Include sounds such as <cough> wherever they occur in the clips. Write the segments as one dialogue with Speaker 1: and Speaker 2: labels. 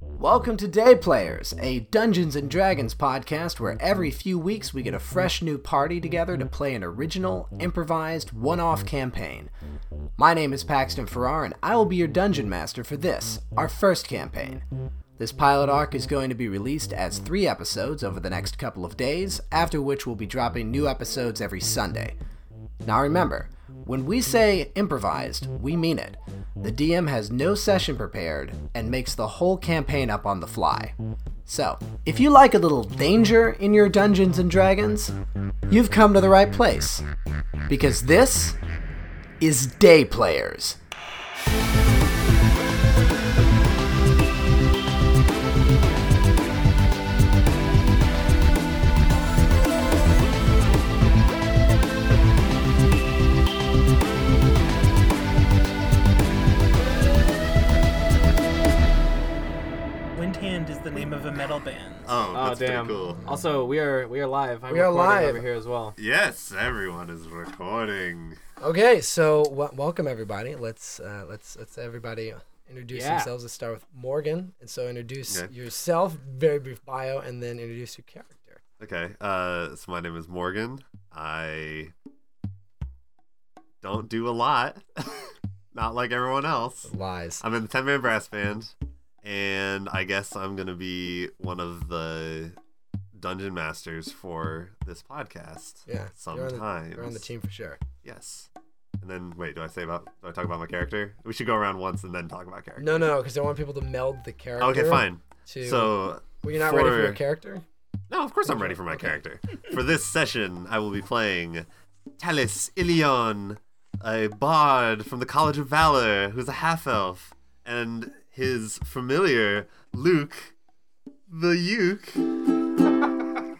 Speaker 1: Welcome to Day Players, a Dungeons and Dragons podcast where every few weeks we get a fresh new party together to play an original, improvised, one off campaign. My name is Paxton Farrar, and I will be your dungeon master for this, our first campaign. This pilot arc is going to be released as three episodes over the next couple of days, after which we'll be dropping new episodes every Sunday. Now remember, when we say improvised, we mean it. The DM has no session prepared and makes the whole campaign up on the fly. So, if you like a little danger in your Dungeons and Dragons, you've come to the right place. Because this is Day Players.
Speaker 2: Windhand is the name of a metal band.
Speaker 3: Oh,
Speaker 4: Oh
Speaker 3: that's
Speaker 4: damn!
Speaker 3: pretty cool.
Speaker 4: Also, we are we are live. I'm
Speaker 1: We are
Speaker 4: recording
Speaker 1: live.
Speaker 4: over here as well.
Speaker 3: Yes, everyone is recording.
Speaker 1: Okay, so w- welcome everybody. Let's uh, let's let's everybody introduce
Speaker 4: Yeah.
Speaker 1: themselves. Let's start with Morgan, and so introduce
Speaker 3: Okay.
Speaker 1: yourself, very brief bio, and then introduce your character.
Speaker 3: Okay, uh, so my name is Morgan. I don't do a lot, <laughs> not like everyone else.
Speaker 1: Lies.
Speaker 3: I'm in the 10 man brass band, and I guess I'm gonna be one of the dungeon masters for this podcast.
Speaker 1: <laughs> Yeah, you're on the-
Speaker 3: sometimes.
Speaker 1: You're on the team for sure.
Speaker 3: Yes. And then wait, do I say about? Do I talk about my character? We should go around once and then talk about character.
Speaker 1: No, no, because I want people to meld the character.
Speaker 3: okay, fine.
Speaker 1: To,
Speaker 3: So
Speaker 1: well, you're not ready for your
Speaker 3: for-
Speaker 1: character.
Speaker 3: No, of course I'm ready for my character. For this session, I will be playing Talis Ilion, a bard from the College of Valor who's a half elf, and his familiar, Luke the
Speaker 1: <laughs>
Speaker 3: Uke. and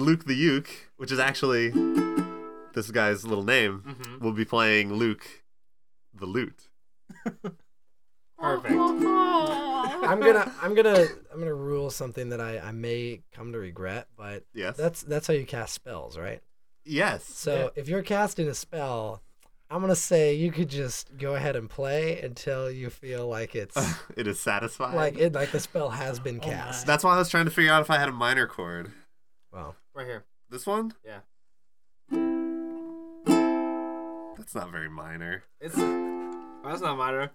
Speaker 3: Luke the Uke, which is actually this guy's little name,
Speaker 1: Mm-hmm.
Speaker 3: will be playing Luke the Lute.
Speaker 4: Perfect.
Speaker 1: I'm
Speaker 4: <laughs>
Speaker 1: gonna, I'm gonna, I'm gonna rule something that I, I may come to regret, but
Speaker 3: Yes.
Speaker 1: that's that's how you cast spells, right?
Speaker 3: yes.
Speaker 1: So if you're casting a spell, I'm gonna say you could just go ahead and play until you feel like
Speaker 3: <laughs>
Speaker 1: it's
Speaker 3: <laughs> it is satisfying.
Speaker 1: like it like the spell has been
Speaker 4: Oh
Speaker 1: cast.
Speaker 3: That's why I was trying to figure out if I had a minor chord.
Speaker 1: Wow.
Speaker 4: Right here.
Speaker 3: This one?
Speaker 4: Yeah.
Speaker 3: That's not very minor.
Speaker 4: It's. well, that's not minor.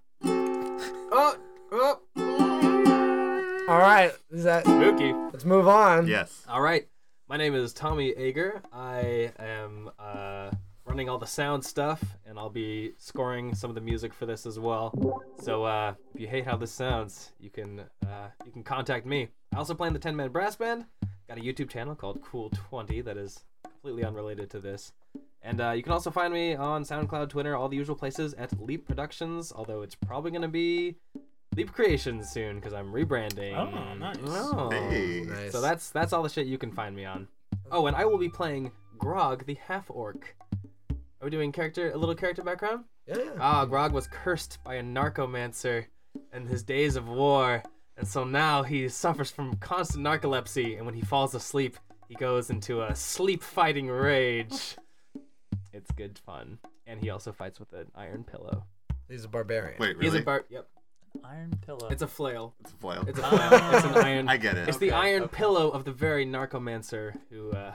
Speaker 4: Oh, oh,
Speaker 1: All right, is that?
Speaker 4: Mookie.
Speaker 1: Let's move on.
Speaker 3: Yes.
Speaker 4: All right. My name is Tommy Ager. I am uh, running all the sound stuff, and I'll be scoring some of the music for this as well. So uh, if you hate how this sounds, you can uh, you can contact me. I also play in the Ten Man Brass Band. Got a YouTube channel called Cool Twenty that is completely unrelated to this. And uh, you can also find me on SoundCloud, Twitter, all the usual places at Leap Productions. Although it's probably going to be Leap Creations soon because I'm rebranding.
Speaker 2: Oh, nice.
Speaker 4: Oh.
Speaker 3: Hey.
Speaker 1: Nice.
Speaker 4: So that's that's all the shit you can find me on. Oh, and I will be playing Grog the half orc. Are we doing character a little character background?
Speaker 1: yeah. yeah.
Speaker 3: <laughs>
Speaker 4: Ah, Grog was cursed by a narcomancer in his days of war, and so now he suffers from constant narcolepsy, and when he falls asleep, he goes into a sleep fighting rage. It's good fun. And he also fights with an iron pillow.
Speaker 1: He's a barbarian.
Speaker 3: Wait,
Speaker 4: He's
Speaker 3: really?
Speaker 4: a bar yep.
Speaker 2: Iron pillow.
Speaker 4: It's a flail.
Speaker 3: It's a flail.
Speaker 4: It's a flail. it's an iron
Speaker 3: <laughs> I get it.
Speaker 4: It's the iron pillow of the very narcomancer who uh,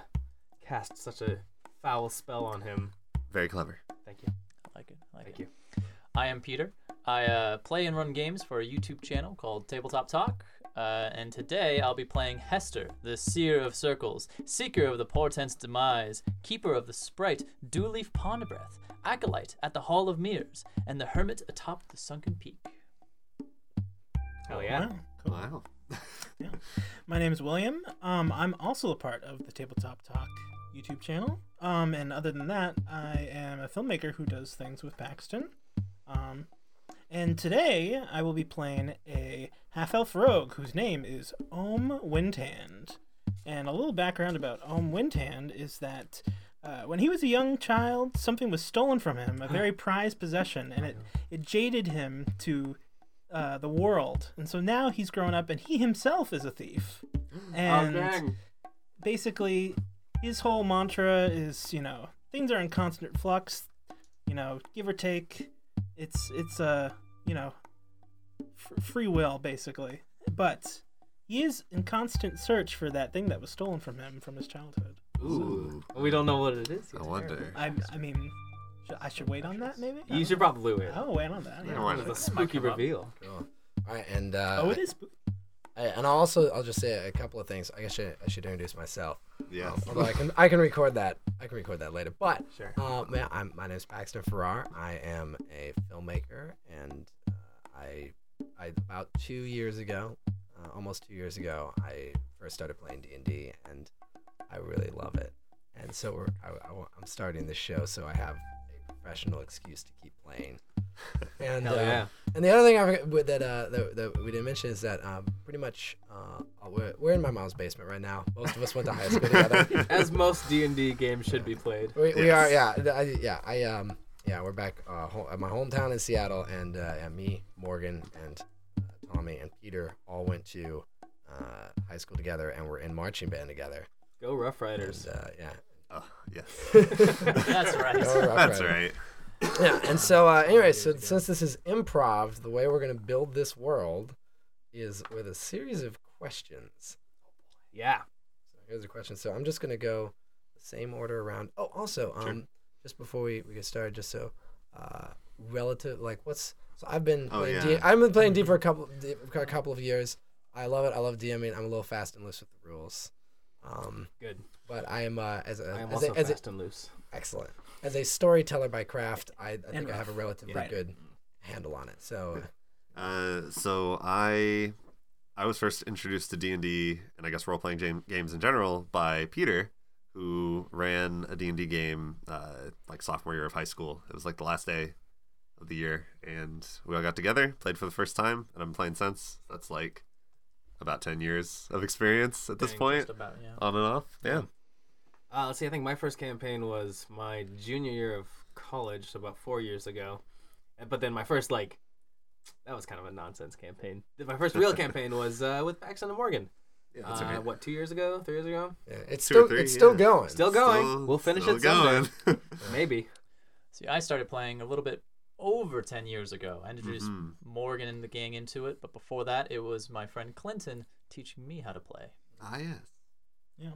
Speaker 4: cast such a foul spell on him.
Speaker 3: Very clever.
Speaker 4: Thank you.
Speaker 5: I like it. I like
Speaker 4: Thank
Speaker 5: it.
Speaker 4: you.
Speaker 5: I am Peter. I uh, play and run games for a YouTube channel called Tabletop Talk. Uh, and today I'll be playing Hester, the Seer of Circles, Seeker of the Portent's Demise, Keeper of the Sprite, Dewleaf Ponderbreath, Acolyte at the Hall of Mirrors, and the Hermit atop the Sunken Peak.
Speaker 4: Oh yeah.
Speaker 2: Wow, cool.
Speaker 3: Wow. <laughs>
Speaker 2: My name is William. Um, I'm also a part of the Tabletop Talk YouTube channel. Um, and other than that, I am a filmmaker who does things with Paxton. Um, and today I will be playing a half elf rogue whose name is Ohm Windhand. And a little background about Ohm Windhand is that uh, when he was a young child, something was stolen from him, a very prized possession, and it, it jaded him to uh, the world. And so now he's grown up and he himself is a thief.
Speaker 4: Oh,
Speaker 2: And basically his whole mantra is you know things are in constant flux you know give or take it's it's uh you know f- free will, basically. But he is in constant search for that thing that was stolen from him from his childhood.
Speaker 3: Ooh,
Speaker 4: We don't know what it is.
Speaker 3: I
Speaker 4: yet.
Speaker 3: wonder.
Speaker 2: I, I mean, should, I should wait on that, maybe? I
Speaker 4: You
Speaker 2: don't
Speaker 4: should
Speaker 2: know.
Speaker 4: probably wait.
Speaker 2: I'll wait on that.
Speaker 3: Yeah,
Speaker 2: yeah.
Speaker 3: why
Speaker 4: It's a
Speaker 3: not?
Speaker 4: spooky
Speaker 6: come up.
Speaker 4: reveal.
Speaker 1: Cool. All right, and uh,
Speaker 2: Oh, it is. spoo-
Speaker 1: I, and I'll also I'll just say a couple of things. I guess I should, I should introduce myself. Um,
Speaker 3: Yeah.
Speaker 4: Oh,
Speaker 1: Although I can I can record that I can record that later. But
Speaker 4: Sure.
Speaker 1: uh, yeah, I'm, my name is Paxton Farrar. I am a filmmaker, and uh, I I about two years ago, uh, almost two years ago, I first started playing D and D, and I really love it. And so we're, I, I, am starting the show, so I have a professional excuse to keep playing. And
Speaker 4: Hell
Speaker 1: uh,
Speaker 4: yeah.
Speaker 1: and the other thing I forgot with- that, uh, that that we didn't mention is that um, pretty much uh, we're, we're in my mom's basement right now. Most of us went to high school together.
Speaker 4: <laughs> As most D and D games should be played.
Speaker 1: We, we are, yeah, th- I, yeah. I um, yeah, we're back uh, ho- at my hometown in Seattle, and uh, yeah, me, Morgan, and uh, Tommy and Peter all went to uh, high school together, and we're in marching band together.
Speaker 4: Go Rough
Speaker 1: And,
Speaker 4: Riders.
Speaker 1: uh, yeah,
Speaker 3: <laughs> Oh, yes.
Speaker 4: <laughs>
Speaker 6: That's right.
Speaker 1: Oh, rough
Speaker 3: <laughs> That's
Speaker 1: rider.
Speaker 3: right.
Speaker 1: <laughs> yeah, and so uh, anyway, so since this is improv, the way we're gonna build this world is with a series of questions.
Speaker 4: Yeah.
Speaker 1: So here's a question. So I'm just gonna go the same order around. Oh, also, um, just before we, we get started, just so uh, relative, like what's so I've been
Speaker 3: Oh,
Speaker 1: playing D.
Speaker 3: yeah.
Speaker 1: I've been playing D for a couple D, for a couple of years. I love it. I love DMing. I'm a little fast and loose with the rules. Um,
Speaker 4: Good.
Speaker 1: but I am uh, as a
Speaker 4: I am
Speaker 1: as
Speaker 4: also
Speaker 1: a, as a
Speaker 4: fast and loose.
Speaker 1: excellent as a storyteller by craft. I, I think I
Speaker 2: rough.
Speaker 1: have a relatively
Speaker 2: Right.
Speaker 1: good handle on it. So
Speaker 3: Uh, so I I was first introduced to D and D and I guess role playing game, games in general by Peter, who ran a D and D game uh, like sophomore year of high school. It was like the last day of the year, and we all got together, played for the first time, and I'm playing since. That's like about ten years of experience at this
Speaker 6: Dang,
Speaker 3: point,
Speaker 6: just about, yeah.
Speaker 3: on and off. Yeah,
Speaker 4: Uh, let's see. I think my first campaign was my junior year of college, so about four years ago. Uh, But then my first like, that was kind of a nonsense campaign. My
Speaker 3: <laughs>
Speaker 4: first real campaign was uh, with Paxton and Morgan.
Speaker 3: yeah that's
Speaker 4: uh,
Speaker 3: okay.
Speaker 4: What two years ago? Three years ago?
Speaker 1: yeah, it's
Speaker 3: Two or
Speaker 1: still
Speaker 3: three,
Speaker 1: it's still
Speaker 3: yeah.
Speaker 1: going.
Speaker 4: Still going.
Speaker 3: Still-
Speaker 4: we'll finish
Speaker 3: still
Speaker 4: it someday.
Speaker 3: <laughs> going.
Speaker 4: Maybe.
Speaker 6: See, I started playing a little bit over 10 years ago. I introduced
Speaker 3: Mhm.
Speaker 6: Morgan and the gang into it, but before that, it was my friend Clinton teaching me how to play.
Speaker 3: ah yes.
Speaker 2: Yeah.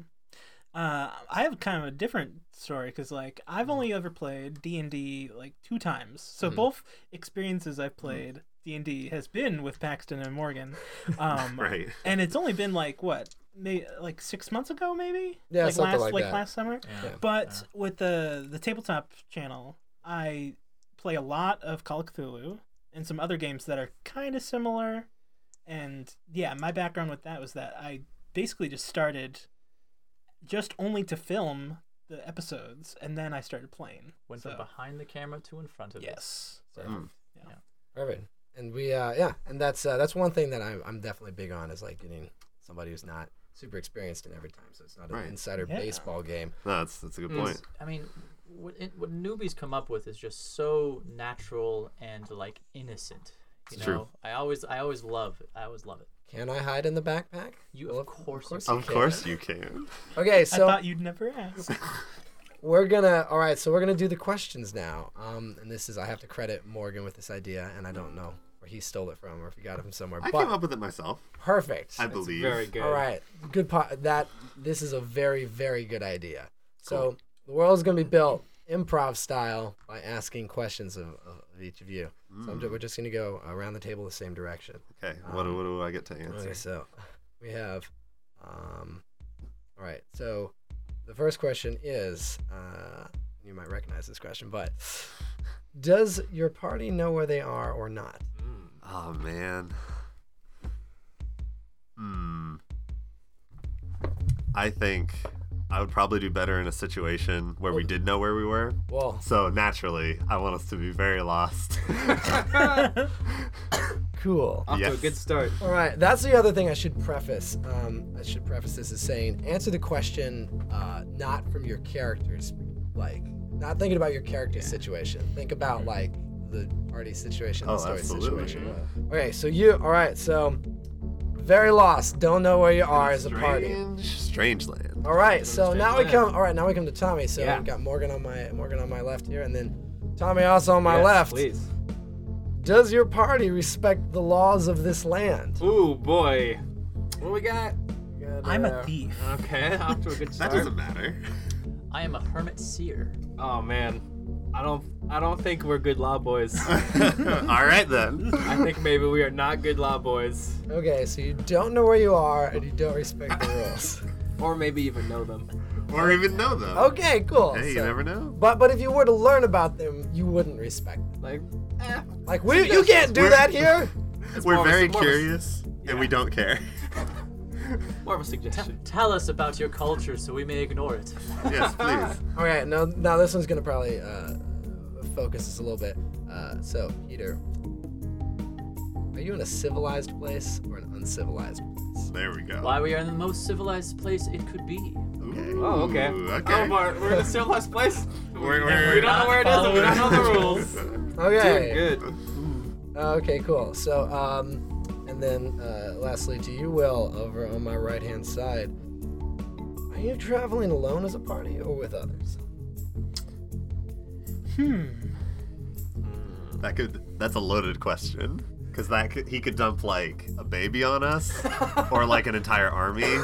Speaker 2: Uh, I have kind of a different story because, like,
Speaker 1: Mm-hmm.
Speaker 2: I've only ever played D and D like two times. So both experiences
Speaker 1: Mm-hmm.
Speaker 2: I've played D and D has been with Paxton and Morgan,
Speaker 1: <laughs>
Speaker 2: um,
Speaker 3: <laughs> Right.
Speaker 2: and it's only been like what, may, like six months ago, maybe.
Speaker 1: Yeah,
Speaker 2: like
Speaker 1: something
Speaker 2: last,
Speaker 1: like that.
Speaker 2: last summer.
Speaker 6: Yeah.
Speaker 2: But with the the tabletop channel, I play a lot of Call of Cthulhu and some other games that are kind of similar. And yeah, my background with that was that I basically just started just only to film the episodes, and then I started playing.
Speaker 6: Went
Speaker 2: So,
Speaker 6: from behind the camera to in front of it.
Speaker 2: Yes. So,
Speaker 3: Mm.
Speaker 1: Perfect. And we, uh, yeah, and that's uh, that's one thing that I'm, I'm definitely big on is like getting somebody who's not super experienced in every time, so it's not
Speaker 3: Right.
Speaker 1: an insider
Speaker 2: Yeah.
Speaker 1: baseball game.
Speaker 3: No, that's that's a good
Speaker 4: Mm.
Speaker 3: point.
Speaker 6: I mean, what, it, what newbies come up with is just so natural and like innocent. You
Speaker 3: It's
Speaker 6: know,
Speaker 3: true.
Speaker 6: I always, I always love, I always love it.
Speaker 1: Can I hide in the backpack?
Speaker 6: You,
Speaker 1: Well,
Speaker 6: of course, you
Speaker 3: Of course you can.
Speaker 1: Okay,
Speaker 2: I
Speaker 1: so
Speaker 2: thought you'd never ask.
Speaker 1: we're gonna, all right, so we're gonna do the questions now. Um, and this is I have to credit Morgan with this idea, and I don't know where he stole it from or if he got it from somewhere,
Speaker 3: I
Speaker 1: but
Speaker 3: came up with it myself.
Speaker 1: perfect.
Speaker 3: I believe. Hmm.
Speaker 4: Very good.
Speaker 1: All right, good. Po- that this is a very, very good idea. So the world's gonna be built improv style by asking questions of, of each of you. So I'm ju- we're just gonna go around the table the same direction.
Speaker 3: Okay, what, do- what do I get to answer?
Speaker 1: Okay, so <laughs> we have. Um, all right, so the first question is, uh, you might recognize this question, but does your party know where they are or not?
Speaker 4: Hmm.
Speaker 3: Oh man. Hmm. I think I would probably do better in a situation where we did know where we were.
Speaker 1: Well,
Speaker 3: So naturally, I want us to be very lost.
Speaker 1: cool.
Speaker 4: Off to a
Speaker 3: Yes.
Speaker 4: good start.
Speaker 1: All right, that's the other thing I should preface. Um, I should preface this as saying, answer the question uh, not from your character's, like, not thinking about your character's situation. Think about like the party situation,
Speaker 3: Oh,
Speaker 1: the story
Speaker 3: absolutely,
Speaker 1: situation. Okay, so you, all right, so very lost, don't know where you are as a party.
Speaker 3: strange, strange land.
Speaker 1: All right, so
Speaker 4: strange
Speaker 1: now we
Speaker 4: land.
Speaker 1: come. All right, now we come to Tommy. So
Speaker 4: Yeah.
Speaker 1: we've got Morgan on my Morgan on my left here, and then Tommy also on my
Speaker 4: Yes,
Speaker 1: left.
Speaker 4: Please.
Speaker 1: Does your party respect the laws of this land?
Speaker 4: Ooh boy, what we got? We got,
Speaker 2: I'm
Speaker 4: uh,
Speaker 2: a thief.
Speaker 4: Okay, <laughs> off to a good
Speaker 3: That
Speaker 4: start.
Speaker 3: doesn't matter.
Speaker 6: I am a hermit seer.
Speaker 4: Oh man, I don't, I don't think we're good law boys.
Speaker 3: <laughs> All right then.
Speaker 4: I think maybe we are not good law boys,
Speaker 1: Okay, so you don't know where you are and you don't respect the
Speaker 3: <laughs>
Speaker 1: rules.
Speaker 4: or maybe even know them.
Speaker 3: Or even know them.
Speaker 1: Okay, cool.
Speaker 3: Hey, you
Speaker 1: so-
Speaker 3: never know.
Speaker 1: But but if you were to learn about them, you wouldn't respect them.
Speaker 4: Like, eh,
Speaker 1: Like we, you can't do
Speaker 3: We're-
Speaker 1: that
Speaker 3: <laughs>
Speaker 1: here.
Speaker 3: We're
Speaker 4: more of a-
Speaker 3: very
Speaker 4: more of a-
Speaker 3: curious and we don't
Speaker 4: <laughs>
Speaker 3: care.
Speaker 4: more of a suggestion.
Speaker 6: Tell us about your culture so we may ignore it.
Speaker 3: yes, please.
Speaker 1: Okay, now now this one's gonna probably uh, focus us a little bit. Uh, so Peter, are you in a civilized place or an uncivilized? place?
Speaker 3: There we go.
Speaker 6: Why we are in the most civilized place it could be.
Speaker 3: Okay.
Speaker 4: Oh, okay.
Speaker 3: Ooh,
Speaker 4: Oh, but we're in a civilized place.
Speaker 3: We're-
Speaker 4: we don't know where it is, and we don't know the
Speaker 1: <laughs>
Speaker 6: Followers.
Speaker 4: rules.
Speaker 1: Okay.
Speaker 4: Good.
Speaker 1: Okay, cool. So, um, and then uh, lastly, to you, Will, over on my right hand side, are you traveling alone as a party or with others?
Speaker 3: That could. That's a loaded question. Cause that could, he could dump like a baby on us,
Speaker 4: <laughs>
Speaker 3: or like an entire army.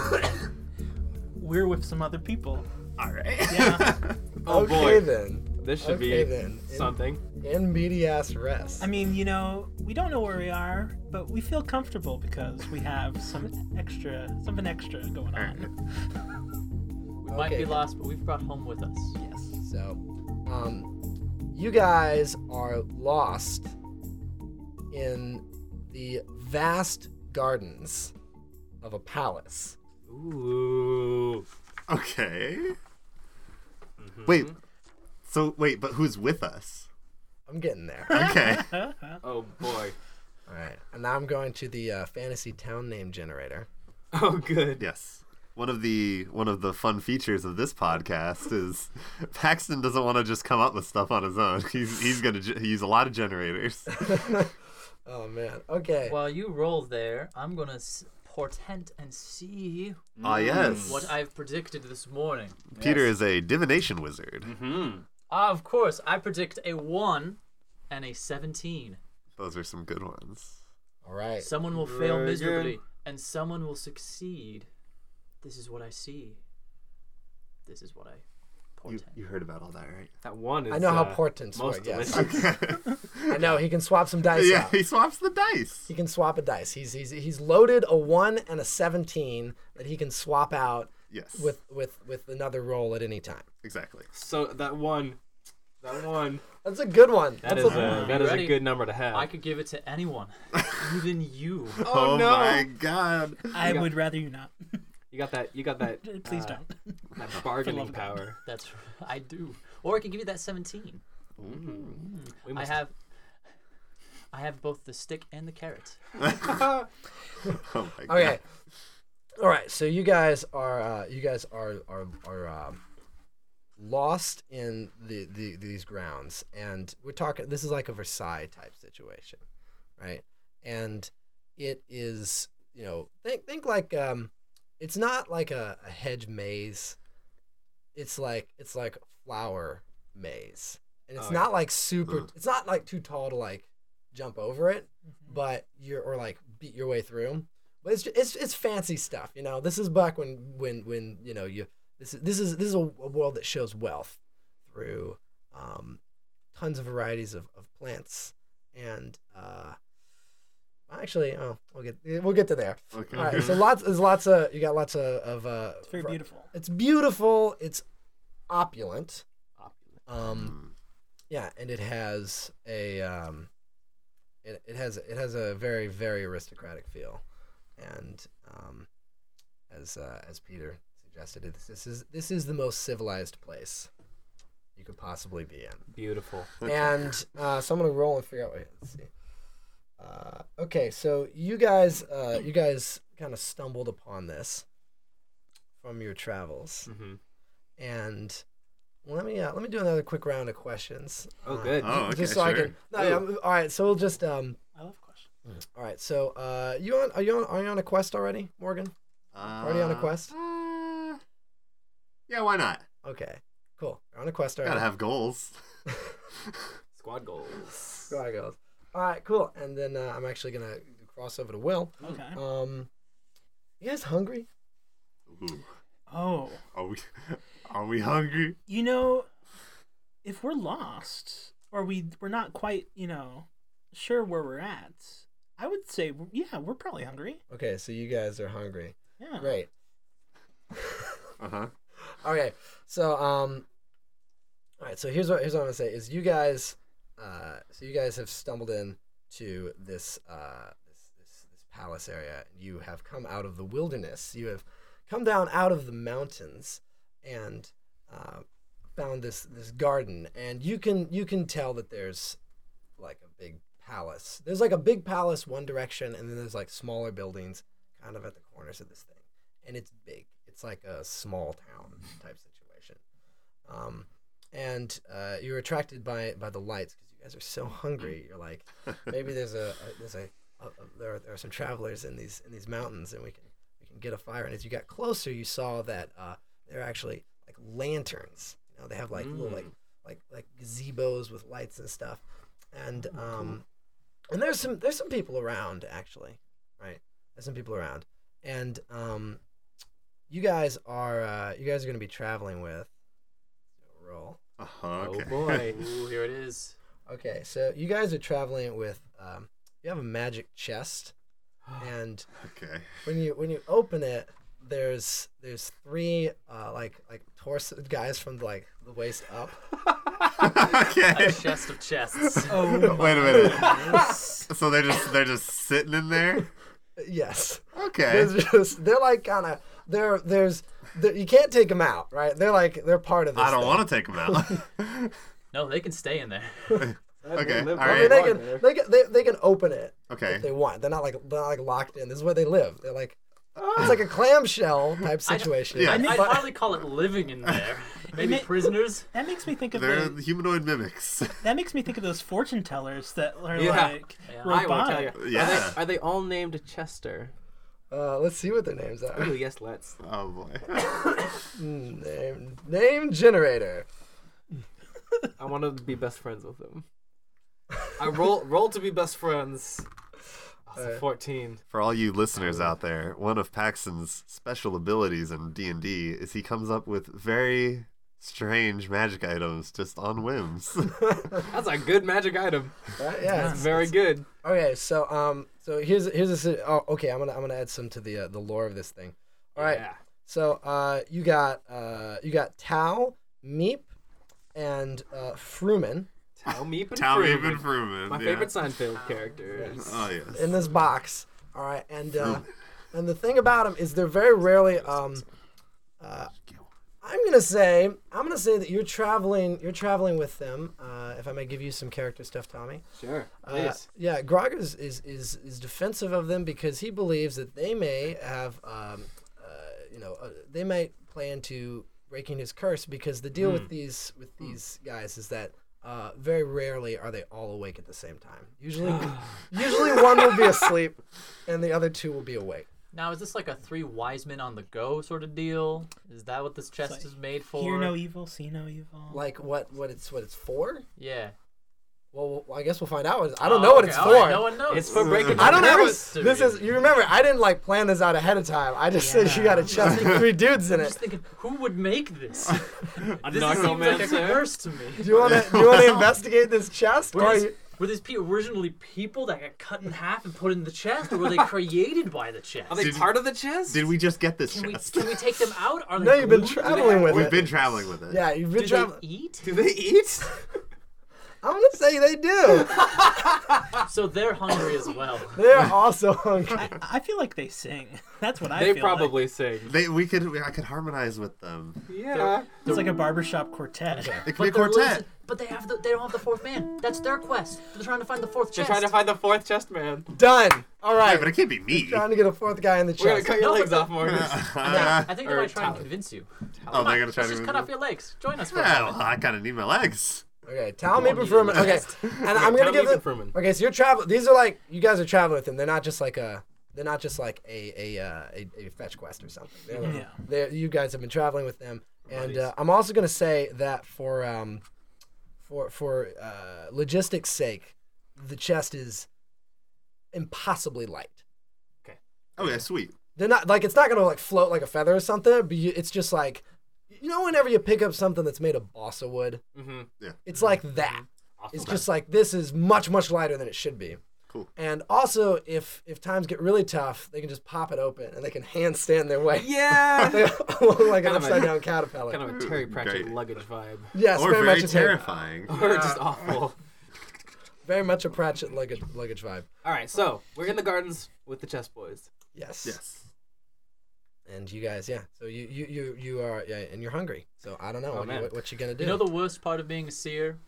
Speaker 2: We're with some other
Speaker 6: <laughs>
Speaker 2: people.
Speaker 3: All right.
Speaker 2: Yeah.
Speaker 4: Oh
Speaker 1: okay,
Speaker 4: boy,
Speaker 1: then.
Speaker 4: this should
Speaker 1: okay,
Speaker 4: be
Speaker 1: then. In-
Speaker 4: something.
Speaker 1: In medias res.
Speaker 2: I mean, you know, we don't know where we are, but we feel comfortable because we have some extra, something extra going on.
Speaker 6: We might
Speaker 1: Okay.
Speaker 6: be lost, but we've brought home with us.
Speaker 2: Yes.
Speaker 1: So, um, you guys are lost in the vast gardens of a palace.
Speaker 4: Ooh.
Speaker 3: <laughs> okay.
Speaker 4: Mm-hmm.
Speaker 3: Wait. So wait, but who's with us?
Speaker 1: I'm getting
Speaker 4: <laughs>
Speaker 1: there.
Speaker 3: Okay.
Speaker 4: Oh boy. <laughs>
Speaker 1: All right. And now I'm going to the uh, fantasy town name generator.
Speaker 4: Oh good.
Speaker 3: yes. One of the one of the fun features of this podcast is <laughs> Paxton doesn't want to just come up with stuff on his own. <laughs> He's he's gonna ge- use a lot of generators.
Speaker 1: Oh man. Okay.
Speaker 6: While you roll there, I'm gonna s- portent and see
Speaker 3: Ah yes. <laughs>
Speaker 6: what I've predicted this morning.
Speaker 3: Peter is a divination wizard.
Speaker 6: Ah, of course, I predict a 1 and a 17.
Speaker 3: Those are some good ones.
Speaker 1: All right.
Speaker 6: Someone will fail
Speaker 4: Very good.
Speaker 6: miserably, and someone will succeed. This is what I see. This is what I
Speaker 3: You,
Speaker 6: portend.
Speaker 3: you heard about all that, right?
Speaker 4: That one is.
Speaker 1: I know how
Speaker 4: uh,
Speaker 1: portents
Speaker 4: most
Speaker 1: work. Yes.
Speaker 4: delicious.
Speaker 3: <laughs>
Speaker 1: I know he can swap some dice.
Speaker 3: yeah,
Speaker 1: out.
Speaker 3: he swaps the dice.
Speaker 1: He can swap a dice. He's he's he's loaded a one and a seventeen that he can swap out
Speaker 3: Yes.
Speaker 1: with with with another roll at any time.
Speaker 3: exactly.
Speaker 4: So that one. That one.
Speaker 1: That's a good one.
Speaker 4: That
Speaker 1: That's
Speaker 4: is a that is a
Speaker 6: Ready?
Speaker 4: good number to have.
Speaker 6: I could give it to anyone, even you.
Speaker 4: oh, no.
Speaker 3: my god.
Speaker 2: I
Speaker 4: got-
Speaker 2: would rather you not. <laughs>
Speaker 4: You got that. You got that.
Speaker 2: Please
Speaker 4: uh,
Speaker 2: don't.
Speaker 4: That
Speaker 2: For love
Speaker 4: bargaining
Speaker 2: of
Speaker 4: power.
Speaker 6: That's I do. Or I could give you that 17.
Speaker 4: We
Speaker 6: I
Speaker 4: must-
Speaker 6: have. I have both the stick and the carrot.
Speaker 3: <laughs> Oh my god.
Speaker 1: Okay. All right. So you guys are uh, you guys are are are um lost in the, the these grounds, and we're talking. This is like a Versailles type situation, right? And it is you know think think like um, it's not like a, a hedge maze. It's like it's like flower maze, and it's
Speaker 4: Oh,
Speaker 1: not like super.
Speaker 3: Mm.
Speaker 1: It's not like too tall to like jump over it,
Speaker 2: Mm-hmm.
Speaker 1: but you're or like beat your way through. But it's ju- it's it's fancy stuff, you know. This is back when when when you know you this is this is this is a, a world that shows wealth through um, tons of varieties of, of plants and uh, actually oh we'll get we'll get to there.
Speaker 3: Okay.
Speaker 1: All right, so lots there's lots of you got lots of of uh,
Speaker 2: It's very
Speaker 1: fr-
Speaker 2: beautiful.
Speaker 1: It's beautiful. It's opulent. Um, yeah, and it has a um, it, it has it has a very very aristocratic feel, and um, as uh, as Peter suggested, it's, this is this is the most civilized place you could possibly be in.
Speaker 4: Beautiful.
Speaker 3: Hmm.
Speaker 1: And uh, so I'm gonna roll and figure out. Wait, let's see. Uh, okay, so you guys uh, you guys kind of stumbled upon this from your travels,
Speaker 4: hmm
Speaker 1: and let me uh, let me do another quick round of questions.
Speaker 4: Oh
Speaker 1: Uh,
Speaker 4: good.
Speaker 3: Oh, okay,
Speaker 1: just so
Speaker 3: sure.
Speaker 1: I can. No, yeah, I'm- all right, so we'll just um.
Speaker 2: I love questions.
Speaker 1: All right, so uh, you on are you on are you on a quest already, Morgan? Already on a
Speaker 3: Uh,
Speaker 1: quest?
Speaker 3: uh, yeah, why not?
Speaker 1: Okay, cool. You're on a quest
Speaker 3: Gotta
Speaker 1: already.
Speaker 3: have goals.
Speaker 4: Squad goals.
Speaker 1: <laughs> Go on, girls. All right, cool. And then uh, I'm actually gonna cross over to Will.
Speaker 2: Okay.
Speaker 1: Um, you guys hungry?
Speaker 3: <laughs> Ooh,
Speaker 2: Oh,
Speaker 3: are we are we hungry?
Speaker 2: you know, if we're lost or we we're not quite, you know, sure where we're at, I would say yeah, we're probably hungry.
Speaker 1: Okay, so you guys are hungry.
Speaker 2: Yeah.
Speaker 1: Great. <laughs>
Speaker 3: Uh huh.
Speaker 1: Okay, so um, all right. So here's what here's what I'm gonna say is you guys, uh, so you guys have stumbled in to this uh this this, this palace area. You have come out of the wilderness. You have come down out of the mountains and uh, found this this garden. And you can you can tell that there's like a big palace. There's like a big palace one direction, and then there's like smaller buildings kind of at the corners of this thing and it's big. It's like a small town type situation. Um, and uh, you're attracted by by the lights because you guys are so hungry. You're like,
Speaker 3: <laughs>
Speaker 1: maybe there's a, a there's a, a, a- there, are, there are some travelers in these in these mountains, and we can we can get a fire. And as you got closer, you saw that uh, they're actually like lanterns. You know, they have like little like like like gazebos with lights and stuff. And um, and there's some there's some people around actually, right? There's some people around, and um, you guys are uh, you guys are gonna be traveling with. Roll.
Speaker 3: Uh huh.
Speaker 4: Oh
Speaker 3: Okay.
Speaker 1: <laughs>
Speaker 4: boy.
Speaker 6: Ooh, here it is.
Speaker 1: Okay, so you guys are traveling with. Um, you have a magic chest, and
Speaker 3: <laughs> okay. <laughs>
Speaker 1: when you when you open it, there's there's three uh, like like torso guys from like the waist up.
Speaker 3: okay.
Speaker 6: A chest of chests.
Speaker 2: Oh,
Speaker 3: <laughs> Wait a minute.
Speaker 2: yes.
Speaker 3: So they're just they're just sitting in there.
Speaker 1: <laughs> Yes,
Speaker 3: Okay.
Speaker 1: there's just they're like kind of they're there's they're, you can't take them out, right? They're like they're part of this.
Speaker 3: I don't
Speaker 1: thing.
Speaker 3: want to take them out. <laughs>
Speaker 6: No, they can stay in there.
Speaker 3: Okay, all
Speaker 1: I mean, they
Speaker 3: right.
Speaker 1: can they can they, they can open it
Speaker 3: okay.
Speaker 1: if they want. They're not like they're not like locked in. This is where they live. They're like it's like a clamshell type situation.
Speaker 3: Yeah.
Speaker 6: I'd
Speaker 3: I
Speaker 6: I'd
Speaker 1: But-
Speaker 6: hardly call it living
Speaker 1: <laughs>
Speaker 6: in there. Maybe prisoners.
Speaker 2: <laughs> That makes me think of
Speaker 3: They're
Speaker 2: the,
Speaker 3: humanoid mimics. <laughs>
Speaker 2: that makes me think of those fortune tellers that are
Speaker 4: Yeah.
Speaker 2: like
Speaker 6: Yeah.
Speaker 4: I will tell you.
Speaker 2: robotic.
Speaker 4: Are
Speaker 3: Yeah.
Speaker 4: they, are they all named Chester?
Speaker 1: Uh, let's see what their names are. Hmm,
Speaker 4: Ooh, yes, let's.
Speaker 3: Oh boy.
Speaker 1: Name name generator.
Speaker 4: I want to be best friends with them. I roll roll to be best friends. That's a
Speaker 1: Uh,
Speaker 4: fourteen.
Speaker 3: For all you listeners out there, one of Paxton's special abilities in D and D is he comes up with very strange magic items just on
Speaker 6: <laughs>
Speaker 3: whims.
Speaker 4: That's a good magic item.
Speaker 1: Right? Yeah.
Speaker 4: That's very good.
Speaker 1: Okay, so um, so here's here's a si- oh okay, I'm gonna I'm gonna add some to the uh, the lore of this thing. All right,
Speaker 4: Yeah.
Speaker 1: so uh, you got uh, you got Tau, Meep, and uh, Fruman
Speaker 4: Tell me, but
Speaker 3: Tao
Speaker 4: Fruman.
Speaker 3: Eben Fruman.
Speaker 4: My
Speaker 3: yeah.
Speaker 4: favorite Seinfeld character. is-
Speaker 3: Oh yes.
Speaker 1: in this box. All right, and uh, and the thing about them is they're very rarely um, uh, I'm gonna say I'm gonna say that you're traveling you're traveling with them. Uh, if I may give you some character stuff, Tommy.
Speaker 4: Sure. Oh,
Speaker 1: Uh,
Speaker 4: Please.
Speaker 1: yeah, Grog is, is, is, is defensive of them because he believes that they may have, um, uh, you know, uh, they might plan to breaking his curse because the deal with these with these guys is that uh, very rarely are they all awake at the same time. Usually, usually one will be asleep, and the other two will be awake.
Speaker 6: Now, is this like a three wise men on the go sort of deal? Is that what this chest
Speaker 2: like,
Speaker 6: is made for?
Speaker 2: Hear no evil, see no evil.
Speaker 1: Like what what it's what it's for?
Speaker 6: yeah. Oh,
Speaker 1: Well, well, I guess we'll find out. I don't know what it's for.
Speaker 6: no one knows.
Speaker 4: It's for breaking.
Speaker 1: I don't have a,
Speaker 6: Mystery.
Speaker 1: this is you remember I didn't like plan this out ahead of time. I just said you got a chest with three dudes in
Speaker 6: I'm
Speaker 1: it.
Speaker 6: just thinking, who would
Speaker 1: <laughs>
Speaker 6: make this?
Speaker 4: I'm
Speaker 6: this
Speaker 4: not
Speaker 6: seems like a
Speaker 4: romantic.
Speaker 6: curse to me.
Speaker 1: Do you want to do you want to investigate this chest?
Speaker 6: Were
Speaker 1: Or
Speaker 6: these,
Speaker 1: you,
Speaker 6: were these pe- originally people that got cut in half and put in the chest, or
Speaker 1: <laughs>
Speaker 6: were they created by the chest?
Speaker 4: Are they
Speaker 3: Did-
Speaker 4: part of the chest?
Speaker 3: Did we just get this
Speaker 6: can, we,
Speaker 3: chest?
Speaker 6: can we take them out? Are they
Speaker 1: no, you've been
Speaker 6: glued? Do they
Speaker 1: traveling
Speaker 6: have-
Speaker 1: with
Speaker 3: <laughs> We've
Speaker 1: it.
Speaker 3: been traveling with it.
Speaker 1: yeah, you've been
Speaker 6: Do
Speaker 1: traveling.
Speaker 6: they eat?
Speaker 4: Do they <laughs> eat?
Speaker 1: I'm gonna say they do.
Speaker 6: So they're hungry as well.
Speaker 1: They're also hungry.
Speaker 2: <laughs> I, I feel like they sing. <laughs> That's what I feel
Speaker 4: they
Speaker 2: like.
Speaker 4: probably sing.
Speaker 3: They, we could, I could harmonize with them.
Speaker 4: Yeah.
Speaker 2: It's like a barbershop quartet.
Speaker 3: It could be a
Speaker 6: they're
Speaker 3: quartet.
Speaker 6: losing- but they have the, they don't have the fourth man. That's their quest. They're trying to find the fourth
Speaker 4: They're
Speaker 6: chest.
Speaker 4: trying to find the fourth chest man.
Speaker 1: Done. All
Speaker 3: Yeah,
Speaker 1: right.
Speaker 3: but it can't be me.
Speaker 1: Trying to get a fourth guy in the
Speaker 4: We're gonna
Speaker 1: chest.
Speaker 4: cut your
Speaker 6: No, but
Speaker 4: legs
Speaker 6: the-
Speaker 3: <laughs>
Speaker 4: off, Morgan.
Speaker 6: yeah, I think they
Speaker 4: Or
Speaker 6: might try and
Speaker 4: Talon.
Speaker 6: convince you.
Speaker 3: oh, they're gonna try
Speaker 6: Let's
Speaker 3: to.
Speaker 6: just cut off your legs. Join us. For a
Speaker 3: Yeah,
Speaker 6: moment.
Speaker 3: well, I kind of need my legs.
Speaker 1: Okay, towel
Speaker 6: Come on,
Speaker 1: maple
Speaker 6: you
Speaker 1: Fruman. Okay,
Speaker 6: guys.
Speaker 1: and I'm gonna
Speaker 4: towel
Speaker 1: give
Speaker 4: maple
Speaker 1: them.
Speaker 4: Fruman.
Speaker 1: Okay, so you're traveling. These are like you guys are traveling with them. They're not just like a. They're not just like a a uh, a, a fetch quest or something. They're, like-
Speaker 2: Yeah.
Speaker 1: they're- you guys have been traveling with them, and uh, I'm also gonna say that for um, for for uh, logistics sake, the chest is impossibly light.
Speaker 6: Oh,
Speaker 3: Okay, sweet.
Speaker 1: They're not like it's not gonna like float like a feather or something, but you, it's just like you know whenever you pick up something that's made of balsa wood,
Speaker 4: Mm-hmm.
Speaker 1: it's like that.
Speaker 4: Awesome.
Speaker 1: It's just like this is much much lighter than it should be.
Speaker 3: Cool.
Speaker 1: And also, if if times get really tough, they can just pop it open and they can handstand their way. <laughs>
Speaker 4: yeah.
Speaker 1: like an
Speaker 4: Kind of a-
Speaker 1: upside down caterpillar.
Speaker 4: kind of a Terry Pratchett
Speaker 3: Great.
Speaker 7: <laughs>
Speaker 4: luggage vibe, <laughs>
Speaker 1: yes,
Speaker 3: or
Speaker 1: very,
Speaker 3: very
Speaker 1: much a ter-
Speaker 3: terrifying.
Speaker 6: <laughs>
Speaker 4: or just awful.
Speaker 1: very much a Pratchett luggage luggage vibe.
Speaker 4: All right, so we're in the gardens with the chess boys.
Speaker 1: Yes.
Speaker 3: Yes.
Speaker 1: And you guys, yeah. So you you you you are yeah, and you're hungry. So I don't know
Speaker 4: Oh,
Speaker 1: what, you,
Speaker 4: man.
Speaker 1: what what you gonna do.
Speaker 6: You know the worst part of being a seer?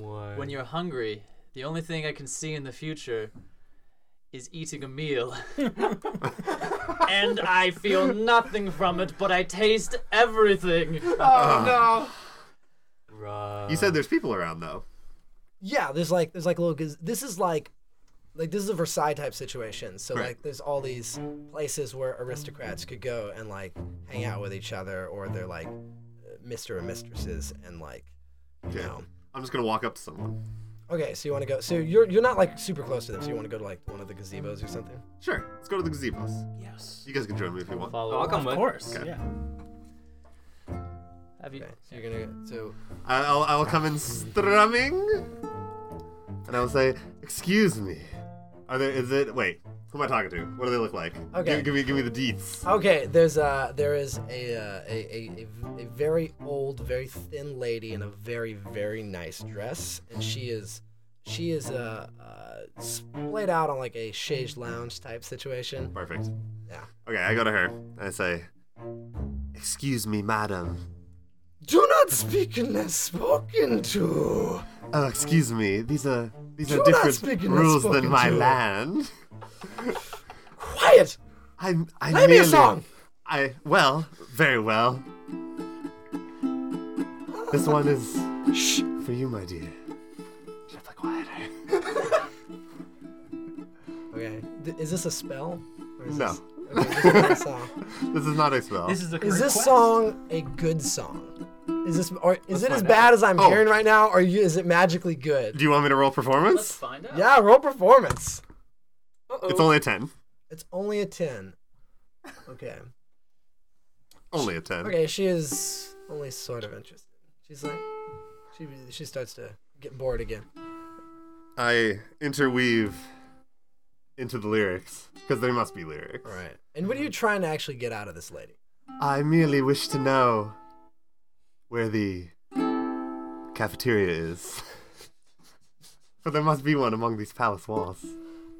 Speaker 4: What?
Speaker 6: When you're hungry, the only thing I can see in the future is eating a <laughs> meal. and I feel nothing from it, but I taste <laughs> everything.
Speaker 3: You said there's people around though.
Speaker 1: yeah, there's like there's like little. giz- This is like. Like this is a Versailles type situation, so
Speaker 3: Right.
Speaker 1: like there's all these places where aristocrats could go and like hang out with each other, or they're like uh, Mister and mistresses, and like you
Speaker 3: Yeah.
Speaker 1: know.
Speaker 3: I'm just gonna walk up to someone.
Speaker 1: Okay, so you want to go? So you're you're not like super close to them, so you want to go to like one of the gazebos or something?
Speaker 3: Sure. Let's go to the gazebos.
Speaker 2: Yes.
Speaker 3: You guys can join me if you want.
Speaker 4: Oh, I'll
Speaker 6: Follow.
Speaker 4: come
Speaker 2: Of
Speaker 4: with.
Speaker 2: course.
Speaker 3: Okay.
Speaker 2: Yeah.
Speaker 6: Have you?
Speaker 1: Okay, so you're gonna go- so
Speaker 3: I- I'll, I'll come in strumming, and I'll say, "Excuse me, are there? Is it? Wait, who am I talking to? What do they look like?
Speaker 1: Okay.
Speaker 3: Give, give me, give me the deets.
Speaker 1: Okay, there's uh there is a uh, a, a, a a very old, very thin lady in a very very nice dress, and she is she is uh, uh splayed out on like a chaise lounge type situation.
Speaker 3: Perfect.
Speaker 1: Yeah.
Speaker 3: Okay, I go to her and I say, "Excuse me, madam.
Speaker 1: Do not speak unless spoken to.
Speaker 3: Oh, excuse me. These are these
Speaker 1: You're
Speaker 3: are
Speaker 1: not
Speaker 3: different
Speaker 1: speaking as
Speaker 3: rules than
Speaker 1: spoken
Speaker 3: my
Speaker 1: to.
Speaker 3: land.
Speaker 1: Quiet.
Speaker 3: I'm. I
Speaker 1: Play me a
Speaker 3: merely-
Speaker 1: song.
Speaker 3: I well, very well. This one is
Speaker 1: Shh.
Speaker 3: for you, my dear. Should I play quieter?
Speaker 1: Okay. Th- is this a spell? Or is
Speaker 3: No.
Speaker 1: This, okay, this is a song.
Speaker 3: <laughs> This is not a spell.
Speaker 2: This is a
Speaker 1: Oh. Is this
Speaker 2: request.
Speaker 1: song a good song? Is this or is it as
Speaker 4: find
Speaker 1: bad as I'm
Speaker 3: Oh.
Speaker 1: hearing right now, or you, is it magically good?
Speaker 3: Do you want me to roll
Speaker 6: Let's
Speaker 3: performance?
Speaker 6: find out.
Speaker 1: Yeah, roll performance.
Speaker 3: It's only a 10.
Speaker 1: It's only a 10. Okay.
Speaker 3: Only a 10.
Speaker 1: Okay, she is only sort of interested. She's like, she, she starts to get bored again.
Speaker 3: I interweave into the lyrics because there must be lyrics.
Speaker 1: All right. And what are you trying to actually get out of this lady?
Speaker 3: I merely wish to know where the cafeteria is. <laughs> For there must be one among these palace walls.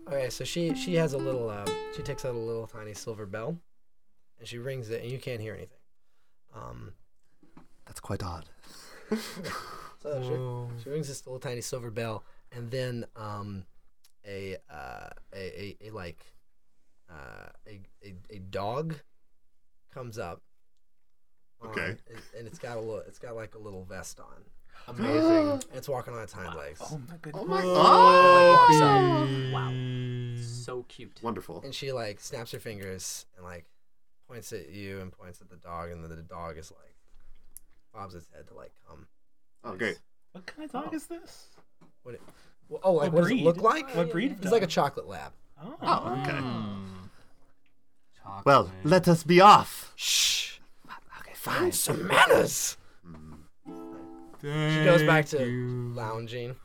Speaker 1: Okay, so she she has a little, um, she takes out a little tiny silver bell, and she rings it, and you can't hear anything. Um,
Speaker 3: That's quite <laughs> odd.
Speaker 1: so she, She rings this little tiny silver bell, and then um, a, uh, a, a a like uh, a, a a dog comes up. on-
Speaker 3: Okay.
Speaker 1: and, and it's got a little. It's got like a little vest on.
Speaker 4: Amazing.
Speaker 1: And it's walking on its hind legs,
Speaker 2: Oh my goodness.
Speaker 6: Walks
Speaker 3: Oh!
Speaker 6: up. Wow. So cute.
Speaker 3: Wonderful.
Speaker 1: and she like snaps her fingers and like points at you and points at the dog, and then the dog is like bobs its head to like come.
Speaker 3: Oh, great.
Speaker 2: What kind of dog is this?
Speaker 1: Well, oh, like
Speaker 2: What
Speaker 1: what, does it
Speaker 2: breed?
Speaker 1: look like?
Speaker 2: What breed? of
Speaker 1: It's like a
Speaker 2: dog?
Speaker 1: chocolate lab.
Speaker 2: Oh.
Speaker 3: Oh, okay.
Speaker 4: Chocolate.
Speaker 3: Well, let us be off.
Speaker 1: Shh. Okay, fine. Some manners. She goes back to lounging.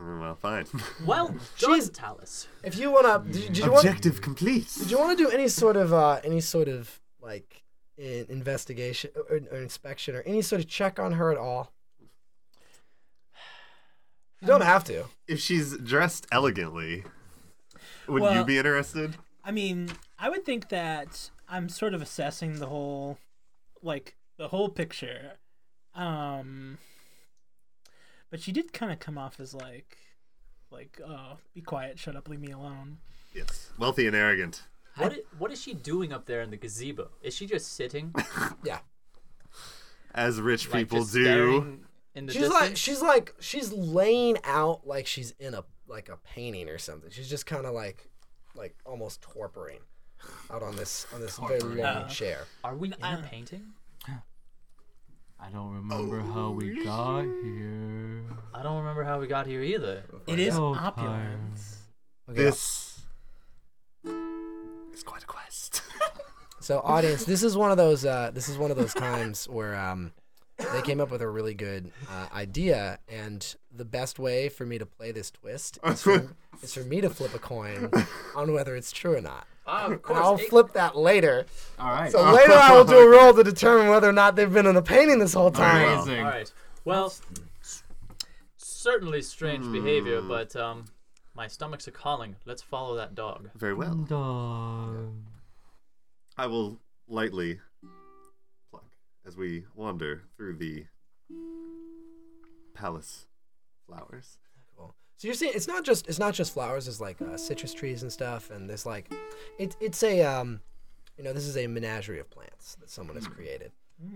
Speaker 3: Mm, Well, fine.
Speaker 6: Well done,
Speaker 1: She's-
Speaker 6: Talus.
Speaker 1: If you wanna, did, did
Speaker 3: <laughs>
Speaker 1: you want?
Speaker 3: Objective complete.
Speaker 1: Did you want to do any sort of uh, any sort of like in, investigation or, or inspection or any sort of check on her at all? You don't have to.
Speaker 3: if she's dressed elegantly, would you
Speaker 2: Well-
Speaker 3: be interested?
Speaker 2: I mean, I would think that I'm sort of assessing the whole, like the whole picture. Um, but she did kind of come off as like, like, oh, be quiet, shut up, leave me alone.
Speaker 3: Yes. Wealthy and arrogant. <laughs>
Speaker 6: What is, what is she doing up there in the gazebo? Is she just
Speaker 3: <laughs>
Speaker 6: sitting?
Speaker 3: As rich
Speaker 6: like,
Speaker 3: people
Speaker 6: just
Speaker 3: do.
Speaker 6: staring In the
Speaker 1: She's
Speaker 6: distance?
Speaker 1: like she's like she's laying out like she's in a like a painting or something. She's just kind of like like almost torporing out on this on this very long chair.
Speaker 6: Are we in a painting? I don't
Speaker 3: Oh.
Speaker 6: remember how we got here. I don't remember how we got here either.
Speaker 2: It is
Speaker 4: So
Speaker 2: opulence.
Speaker 1: Okay.
Speaker 3: This is quite a quest.
Speaker 1: So audience, this is one of those uh, this is one of those times where um, they came up with a really good uh, idea, and the best way for me to play this twist is for, is for me to flip a coin on whether it's true or not.
Speaker 6: of
Speaker 1: And I'll flip that later.
Speaker 8: All right.
Speaker 1: So later I will do a roll to determine whether or not they've been in a painting this whole time.
Speaker 3: Alright.
Speaker 6: All right. Well, s- certainly strange behavior,
Speaker 3: Hmm.
Speaker 6: but um, my stomachs are calling. Let's follow that dog.
Speaker 3: Very well.
Speaker 4: Dog.
Speaker 3: I will lightly pluck as we wander through the palace flowers.
Speaker 1: Cool. So you're seeing it's not just it's not just flowers. There's like uh, citrus trees and stuff, and there's like, it's it's a um, you know this is a menagerie of plants that someone
Speaker 7: Hmm.
Speaker 1: has created.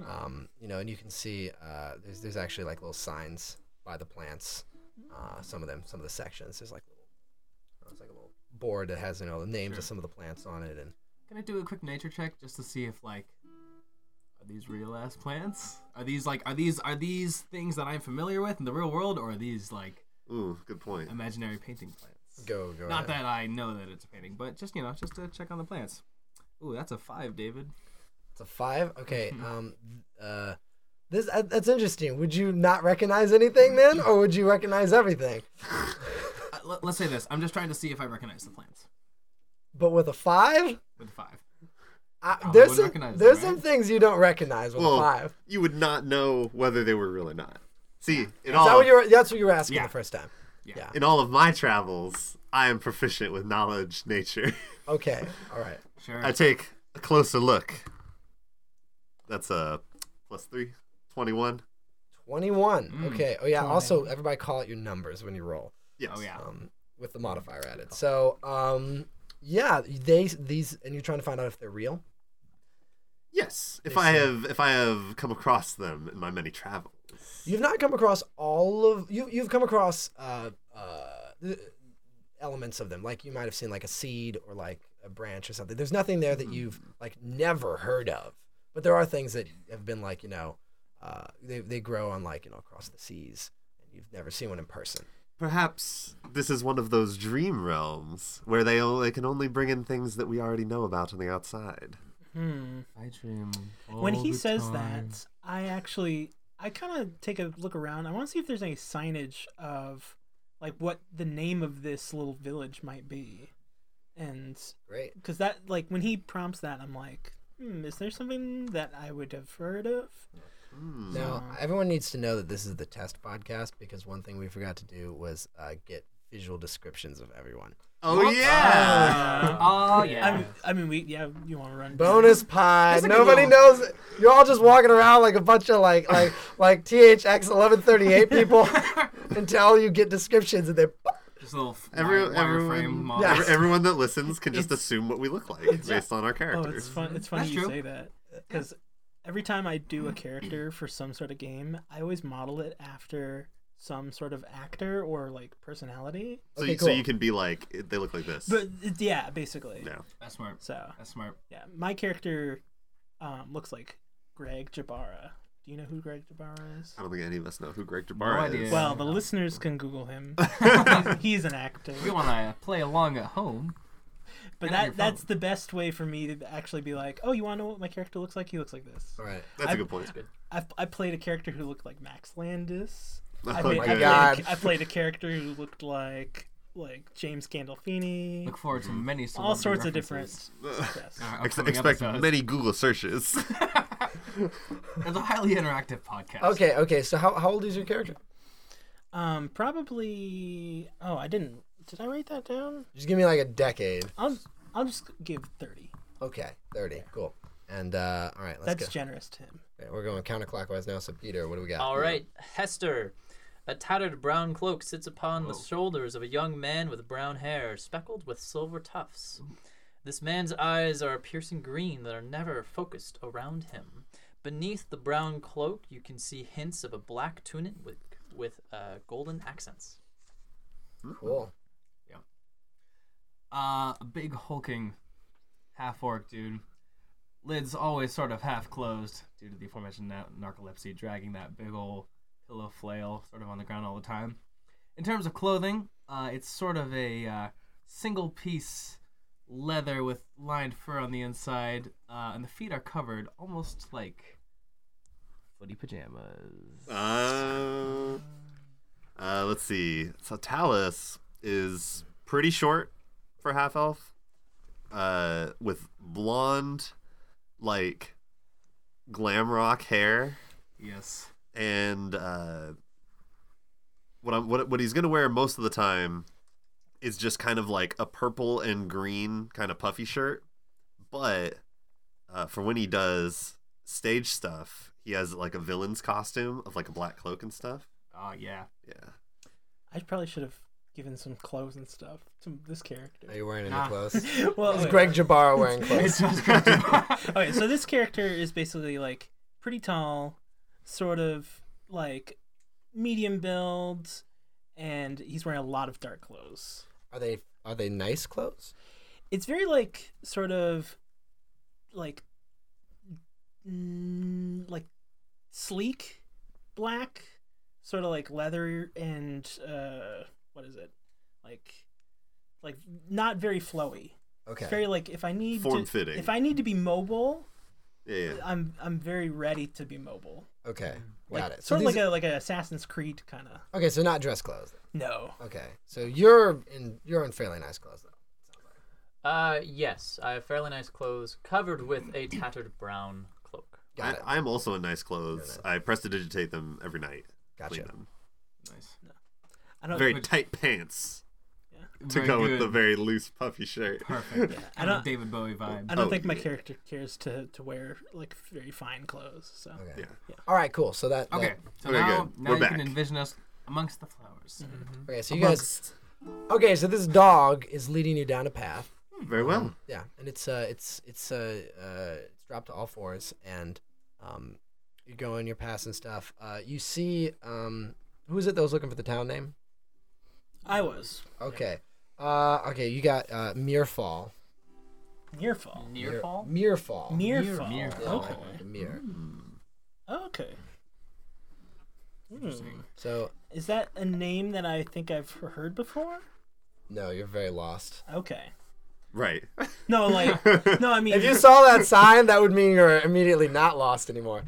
Speaker 1: Um, you know, and you can see uh, there's there's actually like little signs by the plants. Uh, some of them, some of the sections. There's like little, uh, it's like a little board that has you know the names of some of the plants on it, and
Speaker 7: Can I do a quick nature check just to see if like are these real ass plants? Are these like are these are these things that I'm familiar with in the real world, or are these like
Speaker 3: Ooh, good point.
Speaker 7: imaginary painting plants?
Speaker 1: go go.
Speaker 7: Not
Speaker 1: ahead.
Speaker 7: that I know that it's a painting, but just you know, just to check on the plants. Ooh, that's a five, David.
Speaker 1: It's a five. Okay.
Speaker 7: <laughs>
Speaker 1: Um. Uh. This uh, that's interesting. Would you not recognize anything then, or would you recognize everything?
Speaker 7: Uh, let, us say this. I'm just trying to see if I recognize the plants
Speaker 1: But with a five,
Speaker 7: with a five.
Speaker 1: I,
Speaker 7: Probably
Speaker 1: there's
Speaker 7: wouldn't
Speaker 1: some,
Speaker 7: Oh, recognize
Speaker 1: there's
Speaker 7: them,
Speaker 1: some
Speaker 7: right?
Speaker 1: things you don't recognize with
Speaker 3: Well,
Speaker 1: a five.
Speaker 3: you would not know whether they were real or not. See, in
Speaker 1: Is that
Speaker 3: all
Speaker 1: what you were, that's what you were asking
Speaker 7: Yeah.
Speaker 1: the first time.
Speaker 3: in all of my travels, I am proficient with knowledge nature.
Speaker 1: Okay. All right.
Speaker 7: Sure.
Speaker 3: I take a closer look. That's a plus three, 21.
Speaker 1: 21.
Speaker 7: Mm.
Speaker 1: Okay. Oh, yeah.
Speaker 2: Twenty.
Speaker 1: Also, everybody call out your numbers when you roll
Speaker 3: Yes.
Speaker 7: oh yeah.
Speaker 1: um, with the modifier added. So, um, yeah, they these, and you're trying to find out if they're real.
Speaker 3: Yes. If
Speaker 1: They
Speaker 3: I
Speaker 1: say-
Speaker 3: have if I have come across them in my many travels.
Speaker 1: You've not come across all of you. You've come across uh, uh, th- elements of them, like you might have seen like a seed or like a branch or something. There's nothing there that you've like never heard of, but there are things that have been like you know, uh, they they grow on like you know across the seas, and you've never seen one in person.
Speaker 3: Perhaps this is one of those dream realms where they only, can only bring in things that we already know about on the outside.
Speaker 2: Hmm.
Speaker 4: I dream.
Speaker 2: when
Speaker 4: all
Speaker 2: he
Speaker 4: the
Speaker 2: says
Speaker 4: time.
Speaker 2: that, I actually I kind of take a look around. I want to see if there's any signage of like what the name of this little village might be, and
Speaker 1: Great.
Speaker 2: because that like when he prompts that, I'm like, hmm, is there something that I would have heard of?
Speaker 1: Now
Speaker 2: So-
Speaker 1: everyone needs to know that this is the test podcast because one thing we forgot to do was uh, get visual descriptions of everyone.
Speaker 3: Oh yeah!
Speaker 7: Oh yeah.
Speaker 2: I mean, I mean, we yeah, you want to run Oh,
Speaker 1: Bonus pod.
Speaker 7: That's a good
Speaker 1: Nobody
Speaker 7: one.
Speaker 1: knows. it. You're all just walking around like a bunch of like
Speaker 2: <laughs>
Speaker 1: like like THX 1138 people until you get descriptions and they. <laughs>
Speaker 7: just a
Speaker 2: Uh,
Speaker 7: little f-
Speaker 3: Every-
Speaker 7: wire, wireframe
Speaker 3: everyone,
Speaker 7: model.
Speaker 1: Yeah.
Speaker 3: every- everyone that listens can just assume what we look like based on our
Speaker 2: Oh,
Speaker 3: characters.
Speaker 2: it's fun. It's funny
Speaker 7: That's
Speaker 2: you
Speaker 7: true.
Speaker 2: say that because every time I do a character for some sort of game, I always model it after some sort of actor or like personality.
Speaker 3: so,
Speaker 1: Okay,
Speaker 3: you, so
Speaker 1: cool.
Speaker 3: you can be like, it- they look like this.
Speaker 2: But it- yeah, basically.
Speaker 3: no.
Speaker 7: That's smart.
Speaker 2: So
Speaker 7: That's smart.
Speaker 2: yeah, my character um, looks like Greg Jabara. Do you know who Greg Jabara is?
Speaker 3: I don't think any of us know who Greg Jabbar
Speaker 7: No
Speaker 3: is.
Speaker 7: idea.
Speaker 2: Well,
Speaker 3: <laughs>
Speaker 2: the listeners can Google him. He's an actor.
Speaker 7: If you want to play along at home,
Speaker 2: But
Speaker 7: get on your
Speaker 2: that, that's the best way for me to actually be like, oh, you want to know what my character looks like? He looks like this.
Speaker 1: All right.
Speaker 3: That's a
Speaker 2: I-
Speaker 3: good point.
Speaker 2: I've, I played a character who looked like Max Landis. I,
Speaker 3: Oh,
Speaker 2: played, I,
Speaker 3: good.
Speaker 2: played
Speaker 1: God.
Speaker 2: a, <laughs> I played a character who looked like like James Gandolfini.
Speaker 7: look forward to many
Speaker 2: All
Speaker 7: celebrity
Speaker 2: sorts of different.
Speaker 7: references
Speaker 3: <laughs>
Speaker 2: Yes.
Speaker 7: in our
Speaker 3: <laughs> Ex-
Speaker 7: upcoming
Speaker 3: expect
Speaker 7: episodes.
Speaker 3: many Google searches.
Speaker 7: It's a highly interactive podcast.
Speaker 1: Okay. Okay. So how, how old is your character?
Speaker 2: Um, probably. Oh, I didn't. Did I write that down?
Speaker 1: Just give me like a decade.
Speaker 2: I'll I'll just give thirty.
Speaker 1: Okay. Thirty. Cool. And uh, all right. Let's
Speaker 2: That's
Speaker 1: go.
Speaker 2: generous to him.
Speaker 1: Okay, we're going counterclockwise now. So Peter, what do we got?
Speaker 6: All right, Hester. A tattered brown cloak sits upon the shoulders of a young man with brown hair, speckled with silver tufts. This man's eyes are a piercing green that are never focused around him. Beneath the brown cloak, you can see hints of a black tunic with, with uh, golden accents.
Speaker 1: Cool.
Speaker 7: Uh, a big hulking half orc dude. lids always sort of half closed due to the aforementioned na- narcolepsy, dragging that big old pillow flail sort of on the ground all the time. In terms of <laughs> clothing, uh, it's sort of a uh, single piece leather with lined fur on the inside, uh, and the feet are covered almost like footy pajamas.
Speaker 3: Uh, uh, let's see. So Talus is pretty short for half elf, uh, with blonde, like glam rock hair,
Speaker 7: Yes.
Speaker 3: and uh, what I'm what what he's gonna wear most of the time is just kind of like a purple and green kind of puffy shirt, but uh, for when he does stage stuff, he has like a villain's costume of like a black cloak and stuff.
Speaker 7: Oh yeah.
Speaker 3: Yeah.
Speaker 2: I probably should have given some clothes and stuff to this character.
Speaker 1: Are you wearing any
Speaker 2: Ah. <laughs>
Speaker 7: Nah.
Speaker 1: clothes?
Speaker 2: well,
Speaker 1: Is
Speaker 2: wait.
Speaker 1: Greg Jabara wearing clothes?
Speaker 2: okay, so this character is basically like pretty tall, sort of like medium build, and he's wearing a lot of dark clothes.
Speaker 1: Are they are they nice clothes?
Speaker 2: It's very like sort of like mm, like sleek black, sort of like leather and uh what is it? Like like not very flowy.
Speaker 1: Okay.
Speaker 2: It's very like if I need to,
Speaker 3: Form-fitting.
Speaker 2: if I need to be mobile,
Speaker 3: Yeah, yeah.
Speaker 2: I'm I'm very ready to be mobile.
Speaker 1: Okay.
Speaker 2: Like,
Speaker 1: Got it. So
Speaker 2: Sort of
Speaker 1: these,
Speaker 2: like a like an Assassin's Creed kind of.
Speaker 1: okay, so not dress clothes.
Speaker 2: No.
Speaker 1: Okay. So you're in you're in fairly nice clothes though.
Speaker 6: Uh, yes, I have fairly nice clothes covered with a tattered brown cloak.
Speaker 1: Got it.
Speaker 3: I, I'm also in nice clothes. I press to digitate them every night.
Speaker 1: Gotcha.
Speaker 3: Clean them.
Speaker 7: nice.
Speaker 2: I don't.
Speaker 3: Very tight pants <laughs>
Speaker 7: <laughs>
Speaker 3: to
Speaker 7: Very
Speaker 3: go
Speaker 7: good.
Speaker 3: with the very loose puffy shirt.
Speaker 7: perfect.
Speaker 2: I
Speaker 7: I
Speaker 2: don't-
Speaker 7: don't David Bowie vibe.
Speaker 2: I don't
Speaker 3: Oh,
Speaker 2: think my
Speaker 3: yeah.
Speaker 2: character cares to, to wear like very fine clothes. So
Speaker 1: Okay.
Speaker 3: Yeah.
Speaker 1: All right. Cool. So that. that-
Speaker 7: Okay, so
Speaker 3: Okay,
Speaker 7: now,
Speaker 3: good.
Speaker 7: now
Speaker 3: We're
Speaker 7: you
Speaker 3: back.
Speaker 7: can envision us amongst the flowers.
Speaker 2: Mm-hmm.
Speaker 1: okay. So you guys. Okay. So this dog is leading you down a path.
Speaker 3: Very well.
Speaker 1: Yeah, and it's uh, it's it's uh, uh, it's dropped to all fours, and um, you're going, you're passing stuff. Uh, you see, um, who is it that was looking for the town name?
Speaker 2: I was
Speaker 1: Okay, uh, okay, you got uh, Mirfall.
Speaker 2: near fall.
Speaker 6: Near fall?
Speaker 1: Mirfall.
Speaker 2: Near
Speaker 7: Near-
Speaker 2: fall.
Speaker 7: near
Speaker 1: Yeah,
Speaker 7: fall.
Speaker 2: Okay.
Speaker 1: like the mirror.
Speaker 3: Hmm.
Speaker 2: Okay. Hmm.
Speaker 1: So
Speaker 2: Is that a name that I think I've heard before?
Speaker 1: no, you're very lost.
Speaker 2: Okay.
Speaker 3: Right.
Speaker 1: <laughs>
Speaker 2: No, like
Speaker 3: <laughs>
Speaker 2: no. I mean,
Speaker 1: If you saw that sign, that would mean you're immediately not lost anymore.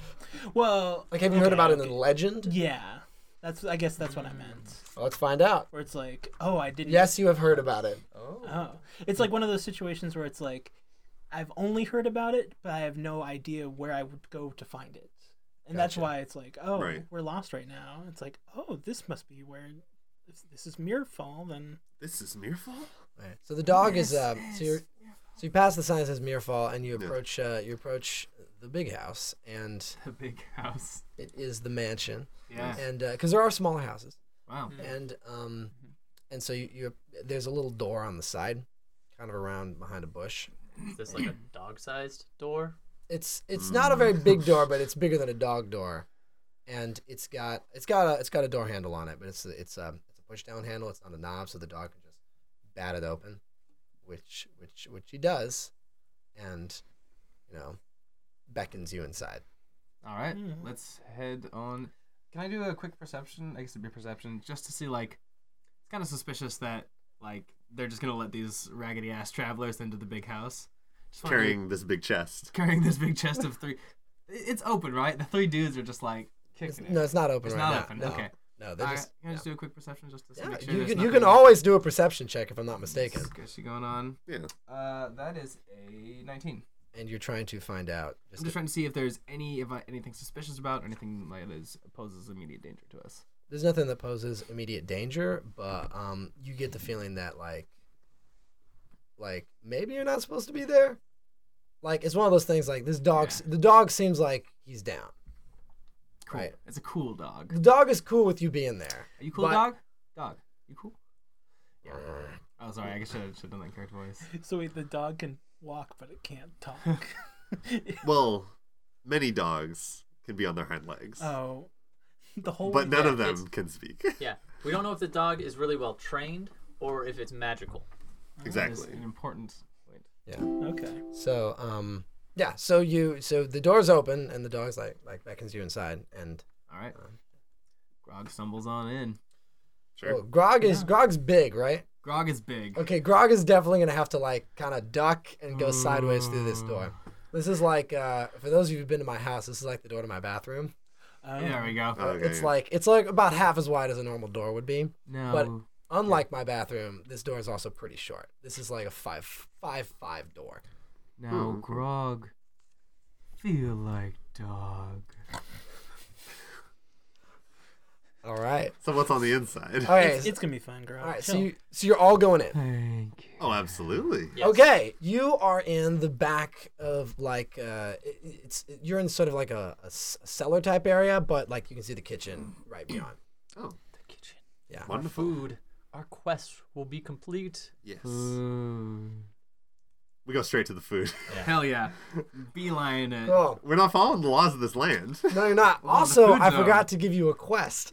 Speaker 2: well,
Speaker 1: Like, have you heard
Speaker 2: okay,
Speaker 1: about it in
Speaker 2: okay.
Speaker 1: the legend?
Speaker 2: Yeah, that's. I guess that's what I meant.
Speaker 1: Well, let's find out.
Speaker 2: Where it's like, oh, I didn't.
Speaker 1: Hmm. Yes, you have heard about it.
Speaker 2: Oh, it's like one of those situations where it's like, I've only heard about it, but I have no idea where I would go to find it, and that's
Speaker 1: Gotcha.
Speaker 2: why it's like, oh,
Speaker 3: Right.
Speaker 2: we're lost right now. It's like, oh, this must be where. If this is Mirfall, then
Speaker 3: This is Mirfall?
Speaker 1: Right. So the dog is uh, so you so you pass the sign that says Mirfall and you approach uh, you approach the big house and
Speaker 7: The big house.
Speaker 1: it is the mansion
Speaker 7: Yeah.
Speaker 1: and because there are smaller houses
Speaker 7: Wow.
Speaker 1: and um and so you, you there's a little door on the side kind of around behind a bush
Speaker 6: Is this <clears throat> like a dog-sized door?
Speaker 1: it's it's not a very big door but it's bigger than a dog door and it's got it's got a it's got a door handle on it but it's a- it's um it's a push down handle it's not a knob so the dog can just bat it open which which which he does and you know beckons you inside
Speaker 7: All right.
Speaker 2: Mm.
Speaker 7: Let's head on. Can I do a quick perception? I guess it'd be a perception, just to see like. It's kind of suspicious that like they're just gonna let these raggedy ass travelers into the big house. Just wanna-
Speaker 3: Carrying this big chest.
Speaker 7: carrying this big chest of three. It- It's open, right? The three dudes are just like
Speaker 1: It's-
Speaker 7: kicking it.
Speaker 1: no it's not open
Speaker 7: It's
Speaker 1: right
Speaker 7: not
Speaker 1: now
Speaker 7: open,
Speaker 1: no
Speaker 7: okay.
Speaker 1: no
Speaker 7: All
Speaker 1: they're
Speaker 7: right,
Speaker 1: just
Speaker 7: can I just do a quick perception just to see-
Speaker 1: Yeah,
Speaker 7: make sure
Speaker 1: you
Speaker 7: there's
Speaker 1: can, you
Speaker 7: nothing
Speaker 1: can always do a perception check if I'm not mistaken.
Speaker 7: sketchy going on?
Speaker 3: Yeah.
Speaker 7: Uh, that is a 19.
Speaker 1: And you're trying to find out.
Speaker 7: I'm
Speaker 1: Just
Speaker 7: just trying to see if there's any if I, anything suspicious about or anything like that is, poses immediate danger to us.
Speaker 1: there's nothing that poses immediate danger, but um, you get the feeling that like, like maybe you're not supposed to be there. Like it's one of those things. Like this dog, s the dog seems like he's down.
Speaker 7: Cool.
Speaker 1: Right.
Speaker 7: It's a cool dog.
Speaker 1: The dog is cool with you being there.
Speaker 7: Are you cool,
Speaker 1: But-
Speaker 7: dog? Dog, you cool? Yeah. Oh, sorry. I should have done that character voice.
Speaker 2: <laughs> so wait, the dog can walk, but it can't
Speaker 7: <laughs>
Speaker 2: talk.
Speaker 3: Well, many dogs can be on their hind legs.
Speaker 2: oh, the whole.
Speaker 3: but none
Speaker 6: yeah,
Speaker 3: of them
Speaker 6: it's-
Speaker 3: can speak. <laughs>
Speaker 6: Yeah. We don't know if the dog is really well trained or if it's magical.
Speaker 7: That is
Speaker 3: exactly.
Speaker 7: an important point.
Speaker 1: Yeah.
Speaker 2: Okay.
Speaker 1: So um, Yeah. So you so the door's open and the dog's like like beckons you inside and
Speaker 7: All right. Grog stumbles on in.
Speaker 3: Sure.
Speaker 1: well, Grog is Grog's big, right?
Speaker 7: Grog is big.
Speaker 1: Okay, Grog is definitely gonna have to like kind of duck and go sideways through this door. This is like uh, for those of you who've been to my house, this is like the door to my bathroom.
Speaker 2: Um,
Speaker 7: There we go.
Speaker 3: Okay.
Speaker 1: Uh, It's like it's like about half as wide as a normal door would be.
Speaker 7: no.
Speaker 1: Unlike my bathroom, this door is also pretty short. This is like a five five five door.
Speaker 7: Now,
Speaker 1: Hmm.
Speaker 7: Grog, feel like dog.
Speaker 1: All right.
Speaker 3: So what's on the inside?
Speaker 1: All right.
Speaker 2: It's, it's gonna be fun, girl.
Speaker 1: all right. So
Speaker 2: Chill.
Speaker 1: you so you're all going in.
Speaker 7: Thank you.
Speaker 3: Oh, absolutely.
Speaker 6: Yes.
Speaker 1: Okay, you are in the back of like uh, it- it's you're in sort of like a, a s- a cellar type area, but like you can see the kitchen right beyond.
Speaker 3: Oh,
Speaker 6: The kitchen.
Speaker 1: Yeah.
Speaker 3: wonderful.
Speaker 6: Food. Our quest will be complete.
Speaker 3: Yes.
Speaker 7: Ooh.
Speaker 3: We go straight to the food. <laughs>
Speaker 7: Hell
Speaker 1: <laughs>
Speaker 7: yeah. Beeline it.
Speaker 1: Cool.
Speaker 3: We're not following the laws of this land. <laughs>
Speaker 1: No, you're not.
Speaker 7: the
Speaker 1: Also,
Speaker 7: food's
Speaker 1: I
Speaker 7: out.
Speaker 1: forgot to give you a quest.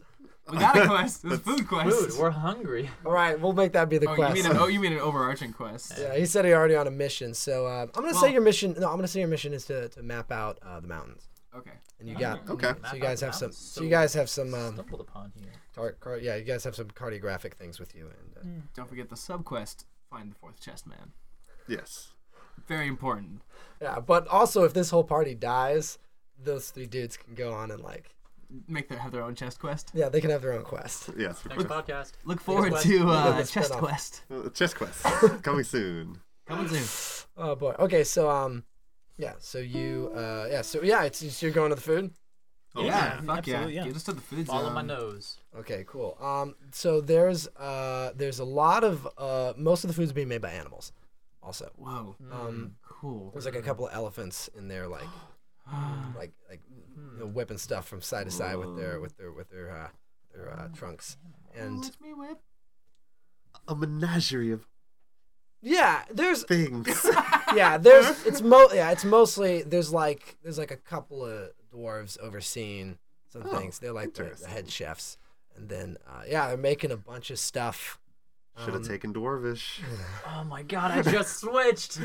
Speaker 7: We
Speaker 1: <laughs>
Speaker 7: got a quest. This is food quest.
Speaker 6: Food.
Speaker 3: <laughs>
Speaker 6: We're hungry.
Speaker 1: All right, we'll make that be the
Speaker 7: Oh, you
Speaker 1: quest.
Speaker 7: mean an, oh, you mean an overarching quest?
Speaker 1: yeah, he said you're already on a mission, so um, I'm gonna say
Speaker 7: Well-
Speaker 1: your mission. No, I'm gonna say your mission is to, to map out uh, the mountains,
Speaker 7: Okay.
Speaker 1: and you got
Speaker 3: Okay.
Speaker 1: so you
Speaker 6: Map out
Speaker 1: guys
Speaker 6: the
Speaker 1: have some.
Speaker 6: mountains.
Speaker 1: So you guys have some. Um,
Speaker 6: Stumbled upon here.
Speaker 1: car, car, yeah, you guys have some cartographic things with you, and uh,
Speaker 7: Don't forget the subquest. Find the fourth chest man.
Speaker 3: Yes.
Speaker 7: Very important.
Speaker 1: yeah. But also, if this whole party dies, those three dudes can go on and like
Speaker 7: Make their have their own chest quest.
Speaker 1: Yeah, they can have their own quest.
Speaker 3: Yes.
Speaker 6: Next podcast.
Speaker 7: Look forward
Speaker 6: quest.
Speaker 7: to
Speaker 1: Yeah,
Speaker 7: uh,
Speaker 1: that's
Speaker 7: chest
Speaker 1: better.
Speaker 7: quest.
Speaker 3: Uh, Chess quest coming soon.
Speaker 7: Coming soon.
Speaker 1: <sighs> Oh boy. Okay, so um, yeah. So you uh, yeah. So yeah, it's, it's you're going to the food.
Speaker 3: Oh,
Speaker 7: yeah, fuck yeah.
Speaker 2: absolutely, yeah.
Speaker 7: Get us to the food
Speaker 6: Follow
Speaker 7: zone.
Speaker 3: um,
Speaker 6: my nose.
Speaker 1: Okay, cool. Um, so there's uh, there's a lot of uh, most of the food's being made by animals. Also,
Speaker 7: Whoa.
Speaker 1: um,
Speaker 3: Hmm.
Speaker 7: Cool.
Speaker 1: there's like a couple of elephants in there,
Speaker 3: <gasps>
Speaker 1: like
Speaker 3: Ah.
Speaker 1: like like you
Speaker 3: Hmm.
Speaker 1: know, whipping stuff from side to side with their with their with their uh, their uh, trunks. And
Speaker 7: Let me whip.
Speaker 3: A menagerie of
Speaker 1: yeah, there's
Speaker 3: things.
Speaker 1: yeah, there's it's mo yeah, it's mostly there's like there's like a couple of dwarves overseeing some
Speaker 3: Oh,
Speaker 1: things. They're like the, the
Speaker 3: interesting.
Speaker 1: head chefs, and then uh, yeah, they're making a bunch of stuff.
Speaker 3: Should
Speaker 1: Um,
Speaker 3: have taken Dwarvish.
Speaker 1: <laughs>
Speaker 3: <laughs>
Speaker 6: Oh my god, I
Speaker 7: <laughs>
Speaker 6: just switched.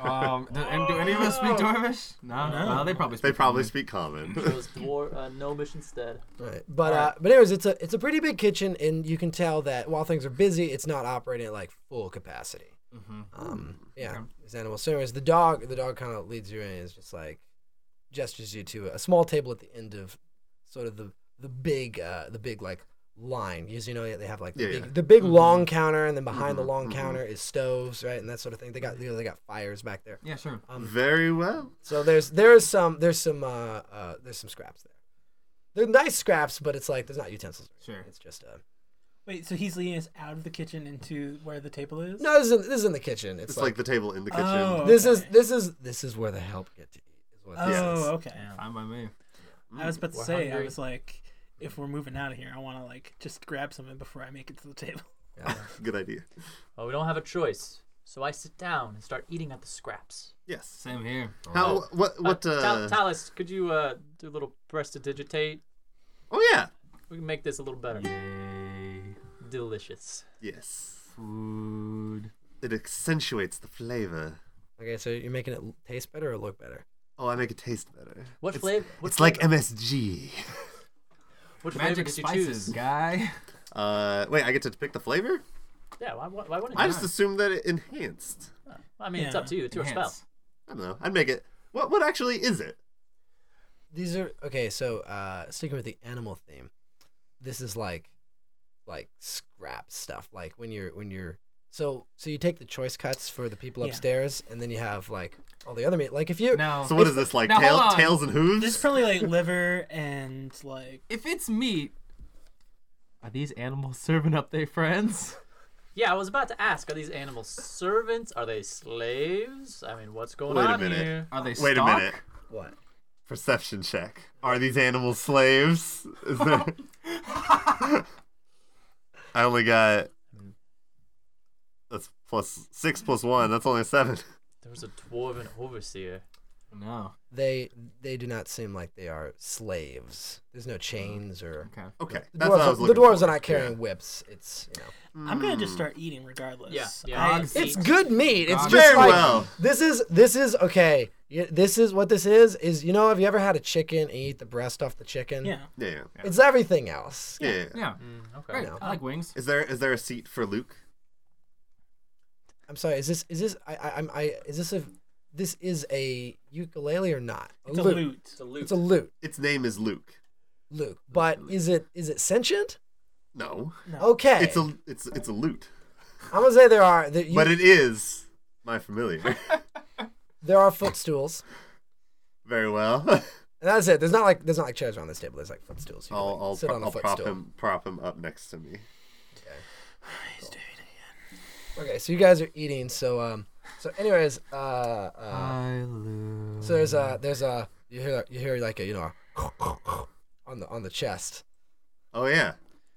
Speaker 7: Um, do, and do any of us speak Dwarvish? No.
Speaker 2: No.
Speaker 7: Well, they probably
Speaker 3: They
Speaker 7: speak
Speaker 3: probably
Speaker 1: um,
Speaker 7: Dwarvish.
Speaker 3: speak common.
Speaker 6: Those dwarf uh, gnomish instead.
Speaker 1: Right. But uh, but anyways, it's a it's a pretty big kitchen, and you can tell that while things are busy, it's not operating at like full capacity. Um, yeah, these animals. So anyways, the dog the dog kind of leads you in, and is just like gestures you to a small table at the end of sort of the the big uh, the big like line. You you know they have like the
Speaker 3: Yeah,
Speaker 1: big,
Speaker 3: yeah. Mm-hmm.
Speaker 1: the big long counter, and then behind the long counter is stoves, right, and that sort of thing. They got you know, they got fires back there. Um,
Speaker 7: Yeah, sure.
Speaker 3: <laughs> Very well.
Speaker 1: So there's there is some there's some uh, uh, there's some scraps there. They're nice scraps, but it's like there's not utensils.
Speaker 7: Sure.
Speaker 1: It's just uh,
Speaker 2: Wait, so he's leading us out of the kitchen into where the table is?
Speaker 1: no. This is in, this is in the kitchen. It's,
Speaker 3: It's
Speaker 1: like,
Speaker 3: like the table in the kitchen.
Speaker 2: Oh.
Speaker 1: this is
Speaker 2: Okay.
Speaker 1: this is this is where the help get to eat. Is what
Speaker 2: Oh,
Speaker 1: this is.
Speaker 2: okay.
Speaker 7: Fine by me.
Speaker 3: Mm.
Speaker 2: I was about to
Speaker 6: We're
Speaker 2: say, I
Speaker 6: hungry.
Speaker 2: was like, if we're moving out of here, I want to like just grab something before I make it to the table.
Speaker 3: Good idea.
Speaker 6: Well, we don't have a choice, so I sit down and start eating at the scraps.
Speaker 3: Yes.
Speaker 7: Same here.
Speaker 1: Oh.
Speaker 3: How? What? What?
Speaker 6: Uh, Tal-
Speaker 3: Uh,
Speaker 6: Talus, could you uh, do a little prestidigitate?
Speaker 3: oh yeah.
Speaker 6: We can make this a little better.
Speaker 7: Yay.
Speaker 6: Delicious.
Speaker 3: Yes.
Speaker 7: Food.
Speaker 3: It accentuates the flavor.
Speaker 1: Okay, so you're making it l- taste better or look better.
Speaker 3: Oh, I make it taste better.
Speaker 6: What
Speaker 3: it's,
Speaker 6: flavor? What
Speaker 3: It's
Speaker 6: flavor?
Speaker 3: like MSG.
Speaker 6: Which
Speaker 7: Magic
Speaker 6: flavor did you
Speaker 7: spices,
Speaker 6: choose?
Speaker 7: guy.
Speaker 3: Uh, wait, I get to pick the flavor?
Speaker 6: Yeah, why, why, why
Speaker 7: Oh
Speaker 6: wouldn't
Speaker 3: I
Speaker 6: you?
Speaker 3: just assumed that it enhanced.
Speaker 6: I mean, it's
Speaker 2: Yeah.
Speaker 6: up to you. It's your spell.
Speaker 7: Enhance.
Speaker 3: I don't know. I'd make it. What? What actually is it?
Speaker 1: These are okay. So uh, sticking with the animal theme, this is like like scrap stuff. Like when you're when you're so so you take the choice cuts for the people
Speaker 2: Yeah.
Speaker 1: upstairs, and then you have like all the other meat. Like if you
Speaker 7: Now,
Speaker 3: So what is this like?
Speaker 7: Oh. Now,
Speaker 3: Tail,
Speaker 7: hold on.
Speaker 3: tails and hooves?
Speaker 2: This is
Speaker 1: <laughs>
Speaker 2: probably like liver and like.
Speaker 7: if it's meat, are these animals <laughs> serving up their friends?
Speaker 6: Yeah, I was about to ask: Are these animals servants? Are they slaves? I mean, what's going
Speaker 3: Wait a
Speaker 6: on
Speaker 3: minute.
Speaker 6: here?
Speaker 7: Are they
Speaker 3: Wait
Speaker 7: stock?
Speaker 3: a minute.
Speaker 1: what?
Speaker 3: Perception check. Are these animals slaves? Is <laughs> there... I only got. That's plus six plus one. That's only seven.
Speaker 6: There was a dwarven overseer.
Speaker 7: No.
Speaker 1: They they do not seem like they are slaves. There's no chains or
Speaker 7: Okay.
Speaker 3: Okay,
Speaker 1: The
Speaker 3: that's
Speaker 1: dwarves,
Speaker 3: what I was
Speaker 1: the
Speaker 3: looking
Speaker 1: dwarves
Speaker 3: for.
Speaker 1: are not carrying
Speaker 3: Yeah.
Speaker 1: whips. It's you know,
Speaker 2: I'm gonna
Speaker 7: Mm.
Speaker 2: just start eating regardless.
Speaker 6: Yeah, yeah.
Speaker 2: I,
Speaker 6: Dogs.
Speaker 1: it's
Speaker 6: Eat.
Speaker 3: Mm.
Speaker 1: good meat. It's
Speaker 7: God.
Speaker 1: just
Speaker 3: Very
Speaker 1: like
Speaker 3: well.
Speaker 1: this is this is okay. You, this is what this is. Is you know, have you ever had a chicken and you eat the breast off the chicken?
Speaker 2: Yeah.
Speaker 3: Yeah.
Speaker 1: It's everything else.
Speaker 3: Yeah. yeah.
Speaker 7: Yeah.
Speaker 6: Okay.
Speaker 7: Great.
Speaker 1: No.
Speaker 7: I like wings.
Speaker 3: Is there is there a seat for Luke?
Speaker 1: I'm sorry. Is this is this I, I I'm I is this a this is a ukulele or not?
Speaker 2: It's a loot.
Speaker 6: It's a loop.
Speaker 1: It's a lute,
Speaker 3: Its name is Luke.
Speaker 1: Luke. But is it is it sentient?
Speaker 3: No.
Speaker 1: Okay.
Speaker 3: It's a it's it's a lute.
Speaker 1: I'm gonna say there are there, you,
Speaker 3: But it is my familiar. <laughs>
Speaker 1: there are footstools. <laughs>
Speaker 3: Very well.
Speaker 1: And that's it. There's not like there's not like chairs around this table. There's like footstools. You can,
Speaker 3: I'll
Speaker 1: like,
Speaker 3: I'll,
Speaker 1: sit
Speaker 3: pro-
Speaker 1: on a
Speaker 3: I'll prop
Speaker 1: footstool.
Speaker 3: him prop him up next to me.
Speaker 1: Okay, so you guys are eating. So um, so anyways, uh, uh so there's a there's a you hear you hear like a you know <laughs> a on the on the chest.
Speaker 3: Oh yeah.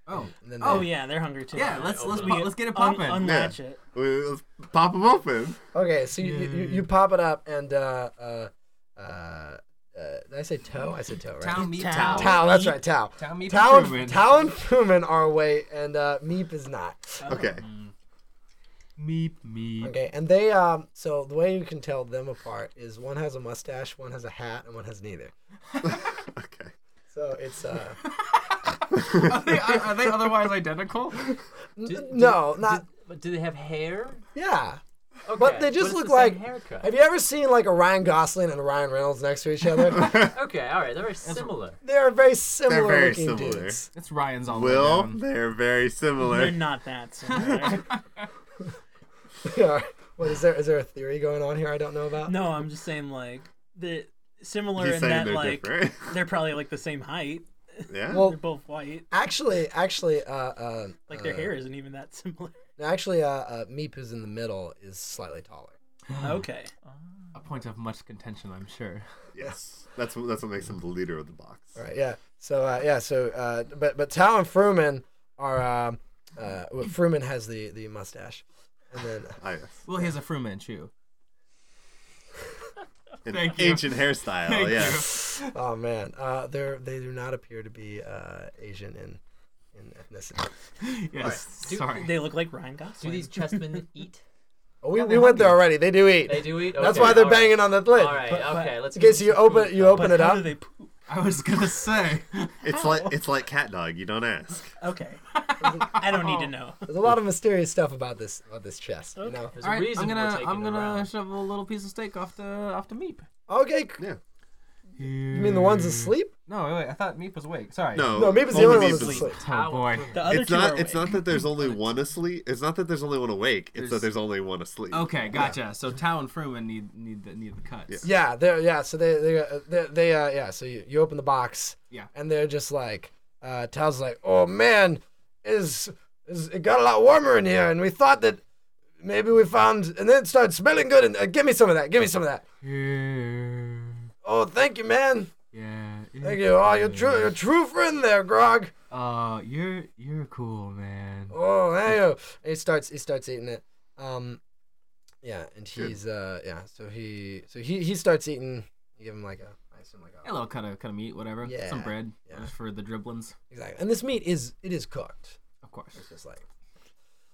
Speaker 7: Oh.
Speaker 1: And then
Speaker 2: Oh
Speaker 1: they-
Speaker 2: yeah, they're hungry too.
Speaker 7: Yeah, let's let's
Speaker 2: We
Speaker 7: pop, let's get it
Speaker 2: un-
Speaker 7: popping.
Speaker 2: unlatch it.
Speaker 3: We- Let's pop him open.
Speaker 1: Okay, so you, you, you, you pop it up and uh uh uh, uh did I say toe? I said toe, right?
Speaker 7: Town meat
Speaker 2: Town.
Speaker 7: towel.
Speaker 1: Tao, that's right, Tao.
Speaker 7: Town meat
Speaker 1: Tao and,
Speaker 7: improvement.
Speaker 1: Tao and Fuman are away, and uh, Meep is not.
Speaker 3: Okay. <laughs>
Speaker 7: Meep meep.
Speaker 1: Okay, and they um. So the way you can tell them apart is one has a mustache, one has a hat, and one has neither.
Speaker 3: okay.
Speaker 1: So it's uh.
Speaker 7: are, they, are, are they otherwise identical?
Speaker 1: n-
Speaker 6: <laughs> Did-
Speaker 1: no, not
Speaker 6: But do they have hair?
Speaker 1: yeah.
Speaker 6: Okay.
Speaker 1: But they just
Speaker 6: it's
Speaker 1: look
Speaker 6: the same
Speaker 1: like-
Speaker 6: haircut.
Speaker 1: Have you ever seen like a Ryan Gosling and a Ryan Reynolds next to each
Speaker 6: <laughs>
Speaker 1: other?
Speaker 6: Okay, all right, they're very similar.
Speaker 1: They're very similar
Speaker 3: very
Speaker 1: looking
Speaker 3: similar.
Speaker 1: dudes.
Speaker 7: It's Ryan's all
Speaker 3: Will,
Speaker 7: the way down.
Speaker 3: they're very
Speaker 2: They're
Speaker 3: similar.
Speaker 2: not
Speaker 1: <laughs>
Speaker 2: that similar.
Speaker 1: They are. What is there? Is there a theory going on here I don't know about?
Speaker 2: no, I'm just saying like the similar
Speaker 3: He's
Speaker 2: in
Speaker 3: saying
Speaker 2: that
Speaker 3: they're
Speaker 2: like
Speaker 3: different. <laughs>
Speaker 2: they're probably like the same height.
Speaker 3: yeah.
Speaker 1: Well,
Speaker 2: They're both white.
Speaker 1: actually, actually, uh, uh,
Speaker 2: Like their
Speaker 1: uh,
Speaker 2: hair isn't even that
Speaker 1: <laughs>
Speaker 2: similar.
Speaker 1: Actually, uh, uh, Meep who's in the middle is slightly taller.
Speaker 2: Okay.
Speaker 7: A point of much contention, I'm sure.
Speaker 3: yes. That's what that's what makes him the leader of the box.
Speaker 1: All right. Yeah. So uh, yeah. So uh, but but Tao and Fruman are um, uh, well, Fruman has the the mustache, and then <laughs>
Speaker 3: Ah, yes.
Speaker 7: Well, he has a Fu Manchu.
Speaker 3: An
Speaker 7: Thank you.
Speaker 3: ancient hairstyle.
Speaker 7: Thank
Speaker 3: yeah.
Speaker 1: oh man, uh, they they do not appear to be uh, Asian in in ethnicity.
Speaker 7: you. Yes.
Speaker 6: Do-
Speaker 7: Sorry.
Speaker 2: They look like Ryan
Speaker 6: Do
Speaker 2: Gosling.
Speaker 6: these <laughs> chessmen eat?
Speaker 1: Oh, we
Speaker 7: Yeah,
Speaker 1: we
Speaker 7: they
Speaker 1: went
Speaker 7: hug
Speaker 1: there
Speaker 7: you.
Speaker 1: already. They do eat.
Speaker 6: They do eat.
Speaker 1: That's
Speaker 6: Okay,
Speaker 1: why they're
Speaker 6: all right.
Speaker 1: banging on the lid.
Speaker 6: All right, okay, let's.
Speaker 1: Okay,
Speaker 6: get
Speaker 1: so you open you open it
Speaker 2: but how
Speaker 1: up.
Speaker 2: do they poop?
Speaker 7: I was gonna say.
Speaker 3: It's like it's like cat dog. You don't ask.
Speaker 2: Okay. I don't need to know.
Speaker 1: There's a lot of mysterious stuff about this about this chest. You know.
Speaker 6: There's
Speaker 7: All
Speaker 6: a
Speaker 7: right,
Speaker 6: reason
Speaker 7: I'm
Speaker 6: we're
Speaker 7: gonna
Speaker 6: taking
Speaker 7: I'm
Speaker 6: it
Speaker 7: gonna
Speaker 6: around.
Speaker 7: shove a little piece of steak off the off the meep.
Speaker 1: Okay. c-
Speaker 3: Yeah.
Speaker 1: You mean the ones asleep?
Speaker 7: No, wait, wait. I thought meep was awake. Sorry.
Speaker 3: No.
Speaker 1: No, Meep is the only
Speaker 3: only
Speaker 1: one
Speaker 3: Meep
Speaker 1: that's
Speaker 3: is-
Speaker 1: asleep.
Speaker 7: Oh boy.
Speaker 2: The other
Speaker 3: It's
Speaker 2: two
Speaker 3: not.
Speaker 2: are
Speaker 3: It's
Speaker 2: awake.
Speaker 3: not that there's only one asleep. It's not that there's only one awake. It's that
Speaker 7: There's-
Speaker 3: there's only one asleep.
Speaker 7: Okay, gotcha. So Tao and Fruman need need the need the cuts.
Speaker 1: Yeah, they're yeah. So they they uh, they, they uh, yeah. So you, you open the box.
Speaker 7: Yeah.
Speaker 1: And they're just like, uh, Tal's like, oh man, is is it got a lot warmer in here, and we thought that maybe we found, and then it started smelling good, and uh, give me some of that, give me some of that.
Speaker 7: Yeah.
Speaker 1: Oh, thank you, man.
Speaker 7: Yeah.
Speaker 1: Thank you. Oh, you're true, you're a true friend there, Grog.
Speaker 7: Uh, you're you're cool, man.
Speaker 1: Oh, hey. oh. And he starts he starts eating it. Um, yeah, and he's uh yeah. So he so he he starts eating. You give him like a I assume like
Speaker 7: A
Speaker 1: a
Speaker 7: little cut of cut of meat, whatever.
Speaker 1: Yeah,
Speaker 7: Some bread
Speaker 1: yeah.
Speaker 7: just for the dribblings,
Speaker 1: exactly. And this meat is it is cooked.
Speaker 7: of course.
Speaker 1: It's just like.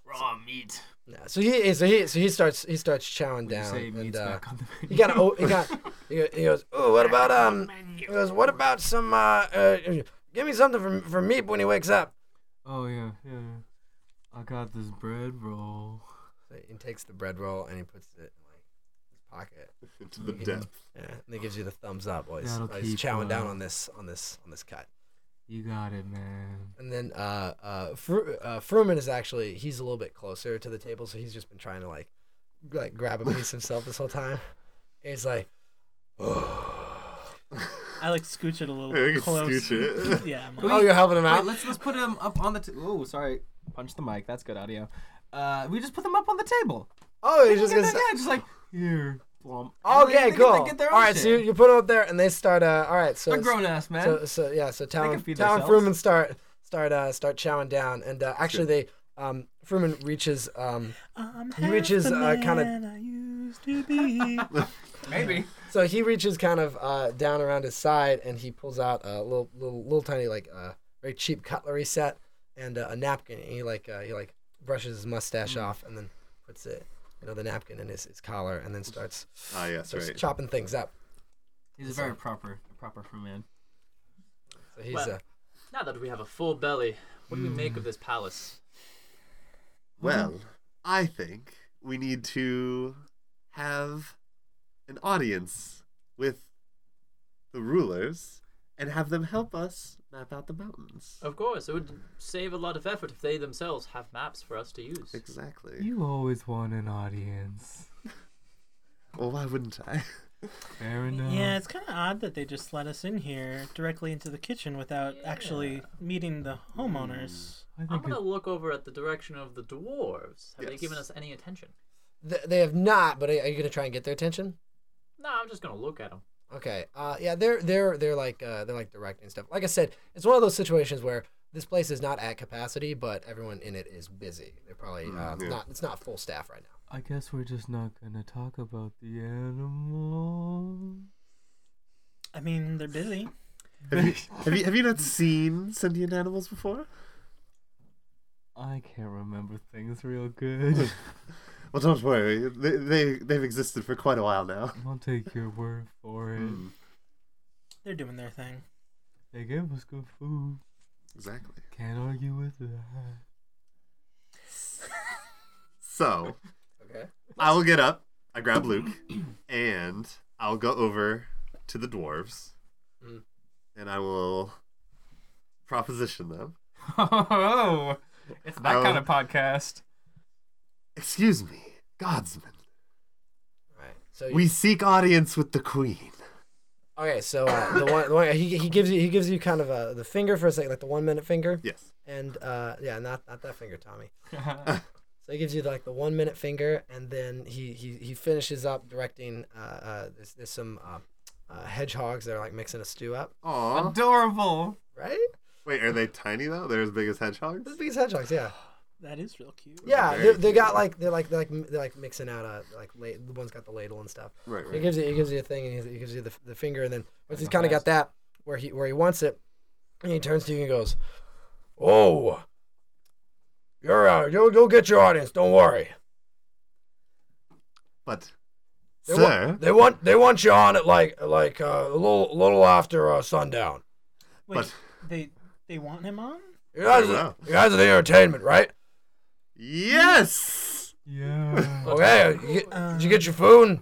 Speaker 7: Raw meat.
Speaker 1: Yeah, so he so he so he starts he starts chowing
Speaker 7: You
Speaker 1: down
Speaker 7: say
Speaker 1: and
Speaker 7: meat's
Speaker 1: uh,
Speaker 7: back on the
Speaker 1: he
Speaker 7: menu.
Speaker 1: got oh he got
Speaker 7: <laughs>
Speaker 1: he go- he goes oh what about um he goes what about some uh, uh give me something from from Meep when he wakes up
Speaker 7: Oh yeah, yeah. yeah. I got this bread roll.
Speaker 1: so he takes the bread roll and he puts it in like his
Speaker 7: <laughs>
Speaker 1: pocket
Speaker 3: To the depth.
Speaker 1: yeah and he gives you the thumbs up while he's,
Speaker 7: That'll
Speaker 1: while he's
Speaker 7: keep,
Speaker 1: chowing down
Speaker 7: uh,
Speaker 1: on this on this on this cut
Speaker 7: You got it, man.
Speaker 1: and then uh uh, Fru- uh Fruman is actually he's a little bit closer to the table so he's just been trying to like like grab a piece himself this whole time and he's like
Speaker 2: I like scooch it a little
Speaker 3: I can
Speaker 2: close.
Speaker 3: scooch
Speaker 2: <laughs>
Speaker 3: it.
Speaker 1: <laughs>
Speaker 2: Yeah. I'm
Speaker 7: Wait,
Speaker 2: like,
Speaker 1: oh you're helping him out
Speaker 7: Wait, let's let's put them up on the. T- oh, sorry, punch the mic. That's good audio. Uh, we just put them up on the table.
Speaker 1: oh he's
Speaker 7: Look
Speaker 1: just
Speaker 7: at
Speaker 1: gonna
Speaker 7: that,
Speaker 1: say-
Speaker 7: yeah, just like here. Blom.
Speaker 1: Okay,
Speaker 7: They get- they
Speaker 1: cool.
Speaker 7: get their own
Speaker 1: all right, so you,
Speaker 7: shit.
Speaker 1: you put it up there, and they start. Uh, all right, so
Speaker 7: a grown ass man.
Speaker 1: so, so yeah, so Town
Speaker 7: can feed
Speaker 1: Town
Speaker 7: themselves.
Speaker 1: Fruman start start uh, start chowing down, and uh, actually they um Fruman reaches um
Speaker 2: I'm
Speaker 1: He reaches,
Speaker 2: half the
Speaker 1: uh, kinda-
Speaker 2: man I used
Speaker 1: <laughs>
Speaker 2: to be.
Speaker 7: Maybe.
Speaker 1: so he reaches kind of uh down around his side, and he pulls out a little little little tiny like uh very cheap cutlery Mm. set and uh, a napkin, and he like uh, he like brushes his mustache off, and then puts it another napkin in his, his collar, and then starts,
Speaker 3: <laughs> Ah, yes,
Speaker 1: starts
Speaker 3: right.
Speaker 1: chopping things up.
Speaker 7: He's a very proper, a proper man.
Speaker 1: Hmm. So he's
Speaker 6: Well-
Speaker 1: uh,
Speaker 6: Now that we have a full belly, what do we make of this palace?
Speaker 3: Well, I think we need to have an audience with the rulers and have them help us map out the mountains.
Speaker 6: Of course, it would save a lot of effort if they themselves have maps for us to use.
Speaker 3: Exactly.
Speaker 7: You always want
Speaker 4: <laughs>
Speaker 7: an audience.
Speaker 3: Well, why wouldn't I?
Speaker 7: Fair enough.
Speaker 2: Yeah, it's kind of odd that they just let us in here directly into the kitchen without actually meeting the
Speaker 3: Mm.
Speaker 2: homeowners.
Speaker 7: I
Speaker 6: I'm
Speaker 7: think
Speaker 6: gonna look over at the direction of the dwarves. Have they given
Speaker 3: Yes.
Speaker 6: us any attention?
Speaker 1: th- they have not. But are, are you gonna try and get their attention?
Speaker 6: No, I'm just gonna look at them.
Speaker 1: Okay. Uh, yeah, they're they're they're like uh, they're like directing stuff. Like I said, it's one of those situations where this place is not at capacity, but everyone in it is busy. They're probably uh,
Speaker 3: Mm, yeah.
Speaker 1: not. It's not full staff right now.
Speaker 7: I guess we're just not gonna talk about the animal.
Speaker 2: I mean, they're busy.
Speaker 3: Have you, have you have you not seen sentient animals before?
Speaker 7: I can't remember things real good. <laughs>
Speaker 3: Well, don't worry. They, they they've existed for quite a while now. Mm,
Speaker 7: I'll take your word for
Speaker 4: Mm.
Speaker 7: it.
Speaker 6: Hmm.
Speaker 2: They're doing their thing.
Speaker 7: They gave us good food.
Speaker 3: Exactly.
Speaker 7: Can't argue with that.
Speaker 3: So
Speaker 1: Okay.
Speaker 3: I will get up. I grab Luke, and I'll go over to the dwarves,
Speaker 1: Mm.
Speaker 3: and I will proposition them.
Speaker 7: <laughs> Oh, it's that
Speaker 3: Oh.
Speaker 7: kind of podcast.
Speaker 3: Excuse me, Godsman.
Speaker 1: All right. So you-
Speaker 3: We seek audience with the queen.
Speaker 1: okay. So uh, the one, the one he, he gives you he gives you kind of uh, the finger for a second, like the one minute finger,
Speaker 3: Yes.
Speaker 1: and uh, yeah, not not that finger, <laughs> Tommy. So he gives you like the one minute finger, and then he he, he finishes up directing. Uh, uh, there's, there's some uh, uh, hedgehogs that are like mixing a stew up,
Speaker 3: Aw.
Speaker 7: Adorable.
Speaker 1: right?
Speaker 3: Wait, are they tiny though? They're as big as hedgehogs.
Speaker 1: Those big as hedgehogs, <gasps> yeah.
Speaker 2: That is real cute.
Speaker 1: Yeah,
Speaker 3: Very
Speaker 1: they, they
Speaker 3: cute.
Speaker 1: got like they're like they're like m- they're like mixing out a like la- the one's got the ladle and stuff.
Speaker 3: Right.
Speaker 1: He
Speaker 3: Right.
Speaker 1: gives you he gives you a thing and he he gives you the, the finger and then once he's
Speaker 7: go
Speaker 1: kind of got
Speaker 7: fast.
Speaker 1: that where he where he wants it, and he turns to you and goes, "Oh, you're out. You'll you'll get your audience. Don't worry.
Speaker 3: But,
Speaker 1: They
Speaker 3: sir,
Speaker 1: want they want they want you on at like like uh, a little little after uh, sundown.
Speaker 2: Wait,
Speaker 3: But-
Speaker 2: they they want him on?
Speaker 1: You guys,
Speaker 3: Very
Speaker 1: are,
Speaker 3: well.
Speaker 1: you guys are the entertainment, right?
Speaker 3: yes.
Speaker 1: Uh,
Speaker 7: Yeah.
Speaker 1: Okay. You get, did you get your food?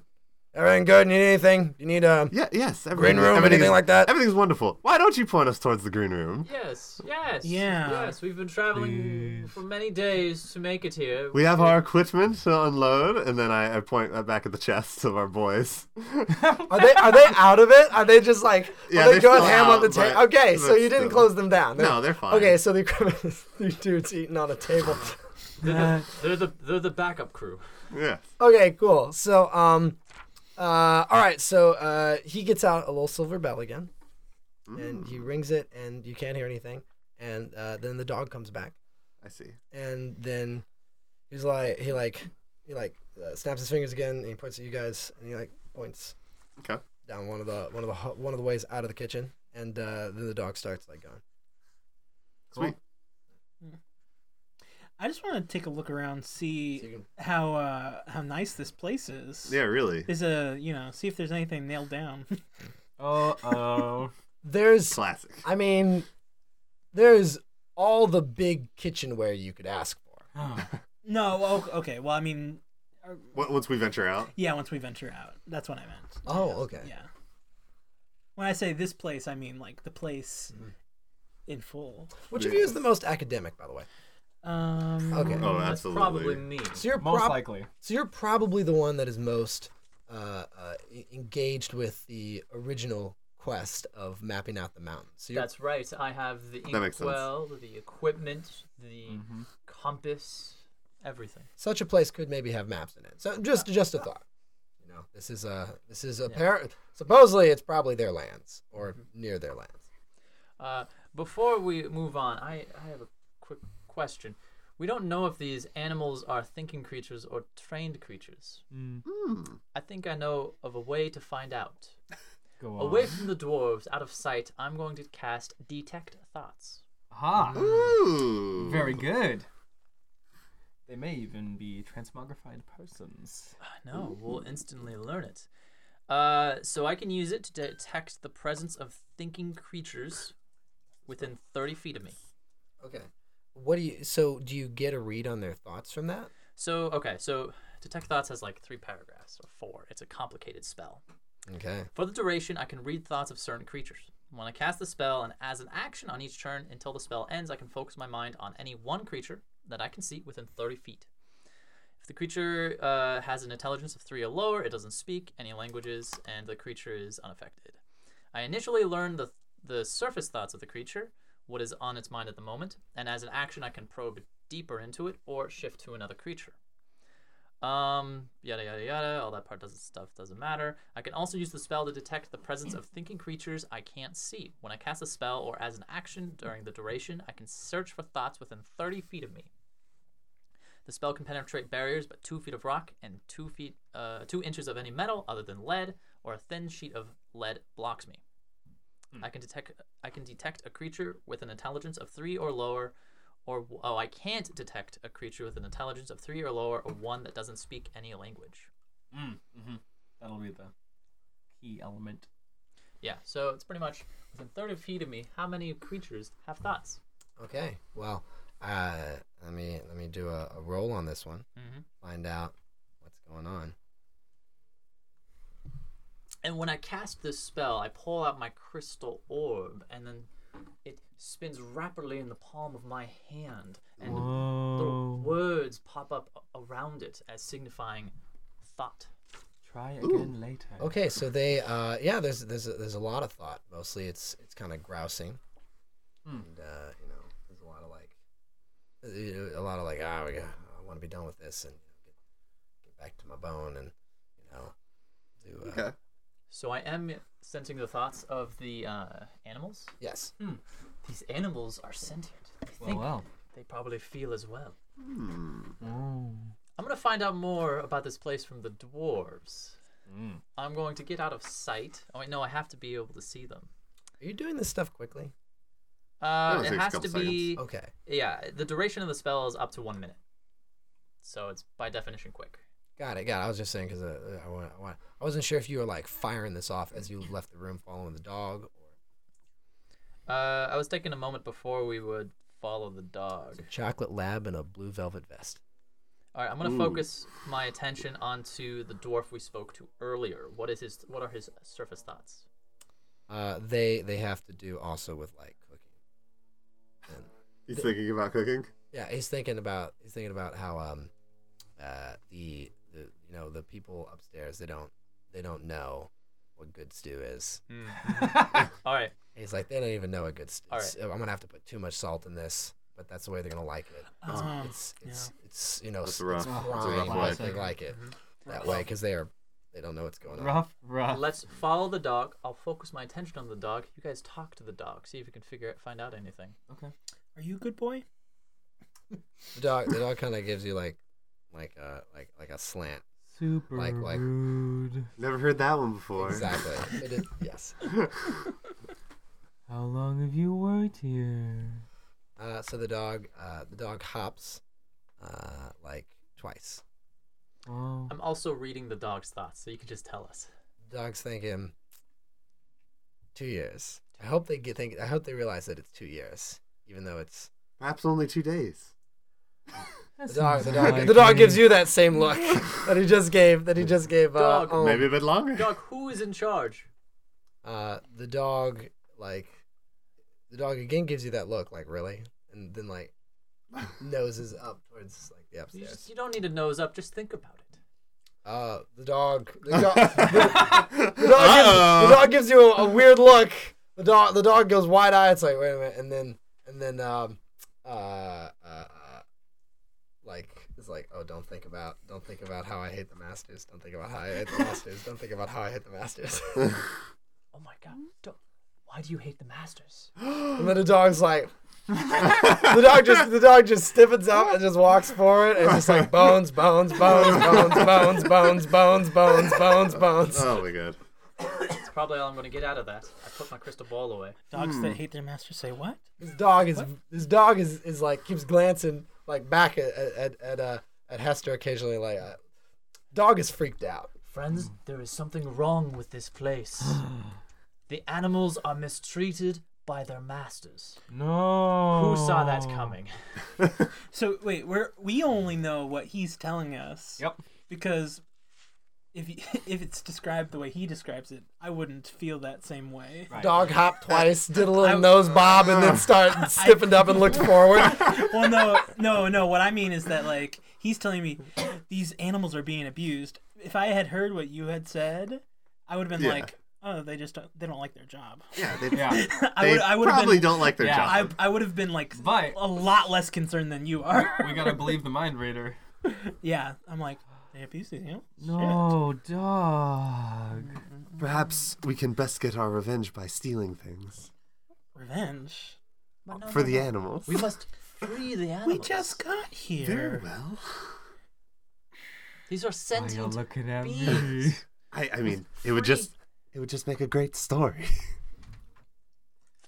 Speaker 1: Everything good? Need anything? You need um."
Speaker 3: Yeah. Yes.
Speaker 1: Green
Speaker 3: everything-
Speaker 1: room,
Speaker 3: everything
Speaker 1: anything
Speaker 3: is-
Speaker 1: like that?
Speaker 3: Everything's wonderful. Why don't you point us towards the green room?
Speaker 6: Yes, yes,
Speaker 2: Yeah.
Speaker 6: yes. We've been traveling
Speaker 7: Please.
Speaker 6: for many days to make it here.
Speaker 3: We have our equipment to unload, and then I, I point back at the chests of
Speaker 1: <laughs>
Speaker 3: our boys.
Speaker 1: Are they are they out of it? Are they just like
Speaker 3: Yeah,
Speaker 1: are they
Speaker 3: they're
Speaker 1: going
Speaker 3: still
Speaker 1: ham on
Speaker 3: out,
Speaker 1: the table?
Speaker 3: but-
Speaker 1: Okay, so
Speaker 3: but
Speaker 1: you didn't
Speaker 3: still.
Speaker 1: close them down.
Speaker 3: No, they're fine.
Speaker 1: Okay, so <laughs> the three dudes eating on a table.
Speaker 6: They're, the, they're the they're the backup crew.
Speaker 3: Yes.
Speaker 1: Okay, cool. So um, uh, all right. So uh, he gets out a little silver bell again,
Speaker 3: Mm.
Speaker 1: and he rings it, and you can't hear anything. And uh, then the dog comes back,
Speaker 3: I see.
Speaker 1: and then he's like he like he like uh, snaps his fingers again, and he points at you guys, and he like points.
Speaker 3: Okay.
Speaker 1: down one of the one of the hu- one of the ways out of the kitchen, and uh, then the dog starts like going.
Speaker 3: Sweet.
Speaker 2: I just want to take a look around,
Speaker 1: So you
Speaker 2: see
Speaker 1: can-
Speaker 2: how uh, how nice this place is.
Speaker 3: Yeah, really.
Speaker 2: There's a you know, see if there's anything nailed down. <laughs>
Speaker 7: Oh,
Speaker 1: <laughs>
Speaker 7: oh.
Speaker 1: There's,
Speaker 3: Classic.
Speaker 1: I mean, there's all the big kitchenware you could ask for.
Speaker 2: no, o- okay. Well, I mean,
Speaker 3: Wa- Once we venture out,
Speaker 2: yeah. Once we venture out, that's what I meant.
Speaker 1: Oh, okay.
Speaker 2: Yeah. When I say this place, I mean like the place
Speaker 3: Mm-hmm.
Speaker 2: in full.
Speaker 1: Which of you is the most academic, by the way?
Speaker 2: Um,
Speaker 1: Okay.
Speaker 3: oh,
Speaker 6: That's
Speaker 3: absolutely.
Speaker 6: probably me.
Speaker 1: So you're
Speaker 7: Most
Speaker 1: prob-
Speaker 7: likely.
Speaker 1: so you're probably the one that is most uh, uh, e- engaged with the original quest of mapping out the mountain. So you're
Speaker 6: That's right. I have the
Speaker 3: That makes sense.
Speaker 6: inkwell, the equipment, the compass, everything.
Speaker 1: such a place could maybe have maps in it. So just just a thought. You know, this is a this is apparent. Supposedly, it's probably their lands or near their lands.
Speaker 6: Uh, before we move on, I, I have a quick question. We don't know if these animals are thinking creatures or trained creatures.
Speaker 3: Hmm.
Speaker 6: I think I know of a way to find out.
Speaker 7: Go on.
Speaker 6: Away from the dwarves, out of sight, I'm going to cast Detect Thoughts.
Speaker 7: Ha.
Speaker 3: Ooh.
Speaker 7: Very good. They may even be transmogrified persons.
Speaker 6: I know. We'll instantly learn it. Uh, so I can use it to detect the presence of thinking creatures within 30 feet of me.
Speaker 1: Okay. What do you? So do you get a read on their thoughts from that?
Speaker 6: So, okay, so detect thoughts has like three paragraphs or four. It's a complicated spell.
Speaker 1: Okay.
Speaker 6: For the duration, I can read thoughts of certain creatures. When I cast the spell and as an action on each turn until the spell ends, I can focus my mind on any one creature that I can see within 30 feet. If the creature uh, has an intelligence of 3 or lower, it doesn't speak any languages, and the creature is unaffected. I initially learn the, the surface thoughts of the creature, what is on its mind at the moment, and as an action, I can probe deeper into it or shift to another creature. Um, yada yada yada. All that part doesn't stuff doesn't matter. I can also use the spell to detect the presence of thinking creatures I can't see. When I cast a spell or as an action during the duration, I can search for thoughts within 30 feet of me. The spell can penetrate barriers, but two feet of rock and two feet, uh, two inches of any metal other than lead or a thin sheet of lead blocks me. I can detect I can detect a creature with an intelligence of three or lower, or oh I can't detect a creature with an intelligence of three or lower, or one that doesn't speak any language.
Speaker 7: Mm, hmm That'll be the key element.
Speaker 6: Yeah, so it's pretty much within thirty feet of me. How many creatures have thoughts?
Speaker 1: Okay. Well, uh, let me let me do a, a roll on this one.
Speaker 6: Mhm.
Speaker 1: Find out what's going on.
Speaker 6: And when I cast this spell, I pull out my crystal orb, and then it spins rapidly in the palm of my hand, and little words pop up a- around it as signifying thought.
Speaker 7: Try again later.
Speaker 1: Okay. So they, uh, yeah, there's there's a, there's a lot of thought. Mostly, it's it's kind of grousing,
Speaker 7: Hmm.
Speaker 1: and uh, you know, there's a lot of like, uh, a lot of like, ah, we got, I want to be done with this and you know, get, get back to my bone and you know, do uh,
Speaker 3: Okay.
Speaker 6: So I am sensing the thoughts of the uh, animals.
Speaker 1: yes.
Speaker 6: These animals are sentient. They
Speaker 7: Well,
Speaker 6: think
Speaker 7: well.
Speaker 6: they probably feel as well.
Speaker 3: Hmm.
Speaker 6: I'm gonna find out more about this place from the dwarves.
Speaker 7: Mm.
Speaker 6: I'm going to get out of sight. Oh wait, no, I have to be able to see them.
Speaker 1: Are you doing this stuff quickly?
Speaker 6: Uh,
Speaker 3: That
Speaker 6: it
Speaker 3: takes a
Speaker 6: has to
Speaker 3: couple
Speaker 6: be
Speaker 1: Okay.
Speaker 6: yeah. The duration of the spell is up to one minute, so it's by definition quick.
Speaker 1: Got it. Got it. I was just saying because uh, uh, I, wa- I, wa- I wasn't sure if you were like firing this off as you left the room following the dog. Or...
Speaker 6: Uh, I was taking a moment before we would follow the dog.
Speaker 1: Chocolate lab and a blue velvet vest.
Speaker 6: All right, I'm gonna focus my attention onto the dwarf we spoke to earlier. What is his? What are his surface thoughts?
Speaker 1: Uh, they they have to do also with like cooking. And,
Speaker 3: He's thinking
Speaker 1: <laughs>
Speaker 3: about cooking.
Speaker 1: yeah, he's thinking about he's thinking about how um uh the the you know the people upstairs they don't they don't know what good stew is.
Speaker 6: <laughs> All right,
Speaker 1: He's like they don't even know what good stew.
Speaker 6: All
Speaker 1: is. I'm gonna have to put too much salt in this, but that's the way they're gonna like it.
Speaker 2: Um,
Speaker 1: it's it's it's you know
Speaker 3: That's
Speaker 1: it's it's
Speaker 3: rough. That's a rough
Speaker 1: prime, but
Speaker 7: way.
Speaker 1: they like it that way because they are they don't know what's going on.
Speaker 7: <laughs> Rough, rough.
Speaker 6: let's follow the dog. I'll focus my attention on the dog. You guys talk to the dog. See if you can figure out, find out anything.
Speaker 7: Okay.
Speaker 2: Are you a good
Speaker 3: <laughs>
Speaker 2: boy?
Speaker 1: The dog the dog kind of gives you like like a like like a slant.
Speaker 7: Super
Speaker 1: Like- like-
Speaker 7: rude.
Speaker 3: Never heard that one before.
Speaker 1: Exactly. it is, yes.
Speaker 7: How long have you worked here?
Speaker 1: Uh, so the dog uh, the dog hops uh, like twice. Um,
Speaker 7: Oh.
Speaker 6: I'm also reading the dog's thoughts, so you can just tell us.
Speaker 1: Dog's thinking two years. I hope they get think I hope they realize that it's two years, even though it's
Speaker 3: <laughs> Perhaps only two days.
Speaker 1: the dog. The dog, the dog gives you that
Speaker 6: <laughs>
Speaker 1: same look <laughs> that he just gave. That he just gave. Uh,
Speaker 6: Dog.
Speaker 1: Om.
Speaker 3: Maybe a bit longer. <laughs>
Speaker 6: Dog, who is in charge?
Speaker 1: uh, the dog like the dog again gives you that look like really and then like noses up towards like the
Speaker 6: You, just,
Speaker 1: upstairs
Speaker 6: you don't need to nose up. Just think about it.
Speaker 1: uh the dog the
Speaker 3: <laughs>
Speaker 1: dog, the dog, gives, the dog gives you a, a weird look the dog the dog goes wide-eyed it's like wait a minute and then and then um uh uh, uh like it's like oh don't think about don't think about how I hate the masters don't think about how I hate the masters don't think about how I hate the masters <laughs>
Speaker 6: Oh my god. Don't, why do you hate the masters?
Speaker 1: And then the dog's like, the dog just the dog just stiffens up and just walks forward and just like bones, bones, bones, bones, bones, bones, bones, bones, bones, bones.
Speaker 3: Oh my god.
Speaker 6: That's probably all I'm going to get out of that. I put my crystal ball away.
Speaker 3: Hmm.
Speaker 2: Dogs that hate their master say what?
Speaker 1: This dog is this dog is is like keeps glancing like back at at at, uh, at Hester occasionally. Like, uh, dog is freaked out.
Speaker 6: Friends, there is something wrong with this <sighs> place. the animals are mistreated by their masters.
Speaker 7: No.
Speaker 6: Who saw that coming?
Speaker 2: So wait, we're we only know what he's telling us.
Speaker 7: Yep.
Speaker 2: Because if he, <laughs> if it's described the way he describes it, I wouldn't feel that same way.
Speaker 7: Right.
Speaker 1: Dog hop twice, did a little
Speaker 2: I-
Speaker 1: nose bob, and
Speaker 2: <laughs>
Speaker 1: then start stiffened up and looked forward.
Speaker 2: Well,
Speaker 3: <laughs>
Speaker 2: no, no, no. What I mean is that like he's telling me <clears throat> these animals are being abused. If I had heard what you had said, I would have been
Speaker 3: Yeah.
Speaker 2: like, oh, they just don't, they don't like their job. <laughs>
Speaker 3: Yeah, they,
Speaker 7: Yeah.
Speaker 2: I
Speaker 3: they
Speaker 2: would I would have
Speaker 3: probably
Speaker 2: been
Speaker 3: don't like their
Speaker 7: Yeah.
Speaker 2: I,
Speaker 3: job.
Speaker 2: I would have been like
Speaker 7: But-
Speaker 2: a lot less concerned than you are.
Speaker 7: <laughs> we gotta believe the mind reader.
Speaker 2: <laughs>
Speaker 7: <laughs>
Speaker 2: yeah, I'm like they abuse you. know?
Speaker 7: Oh, dog.
Speaker 3: Perhaps we can best get our revenge by stealing things
Speaker 2: Shit. revenge.
Speaker 3: for the animals.
Speaker 6: We must free the
Speaker 2: We
Speaker 6: animals.
Speaker 2: just got
Speaker 3: Very
Speaker 2: here.
Speaker 3: well.
Speaker 6: These are
Speaker 7: Why you
Speaker 6: sentient.
Speaker 7: looking at me?
Speaker 6: beings.
Speaker 3: I, I mean, it would just it would just make a great story. <laughs>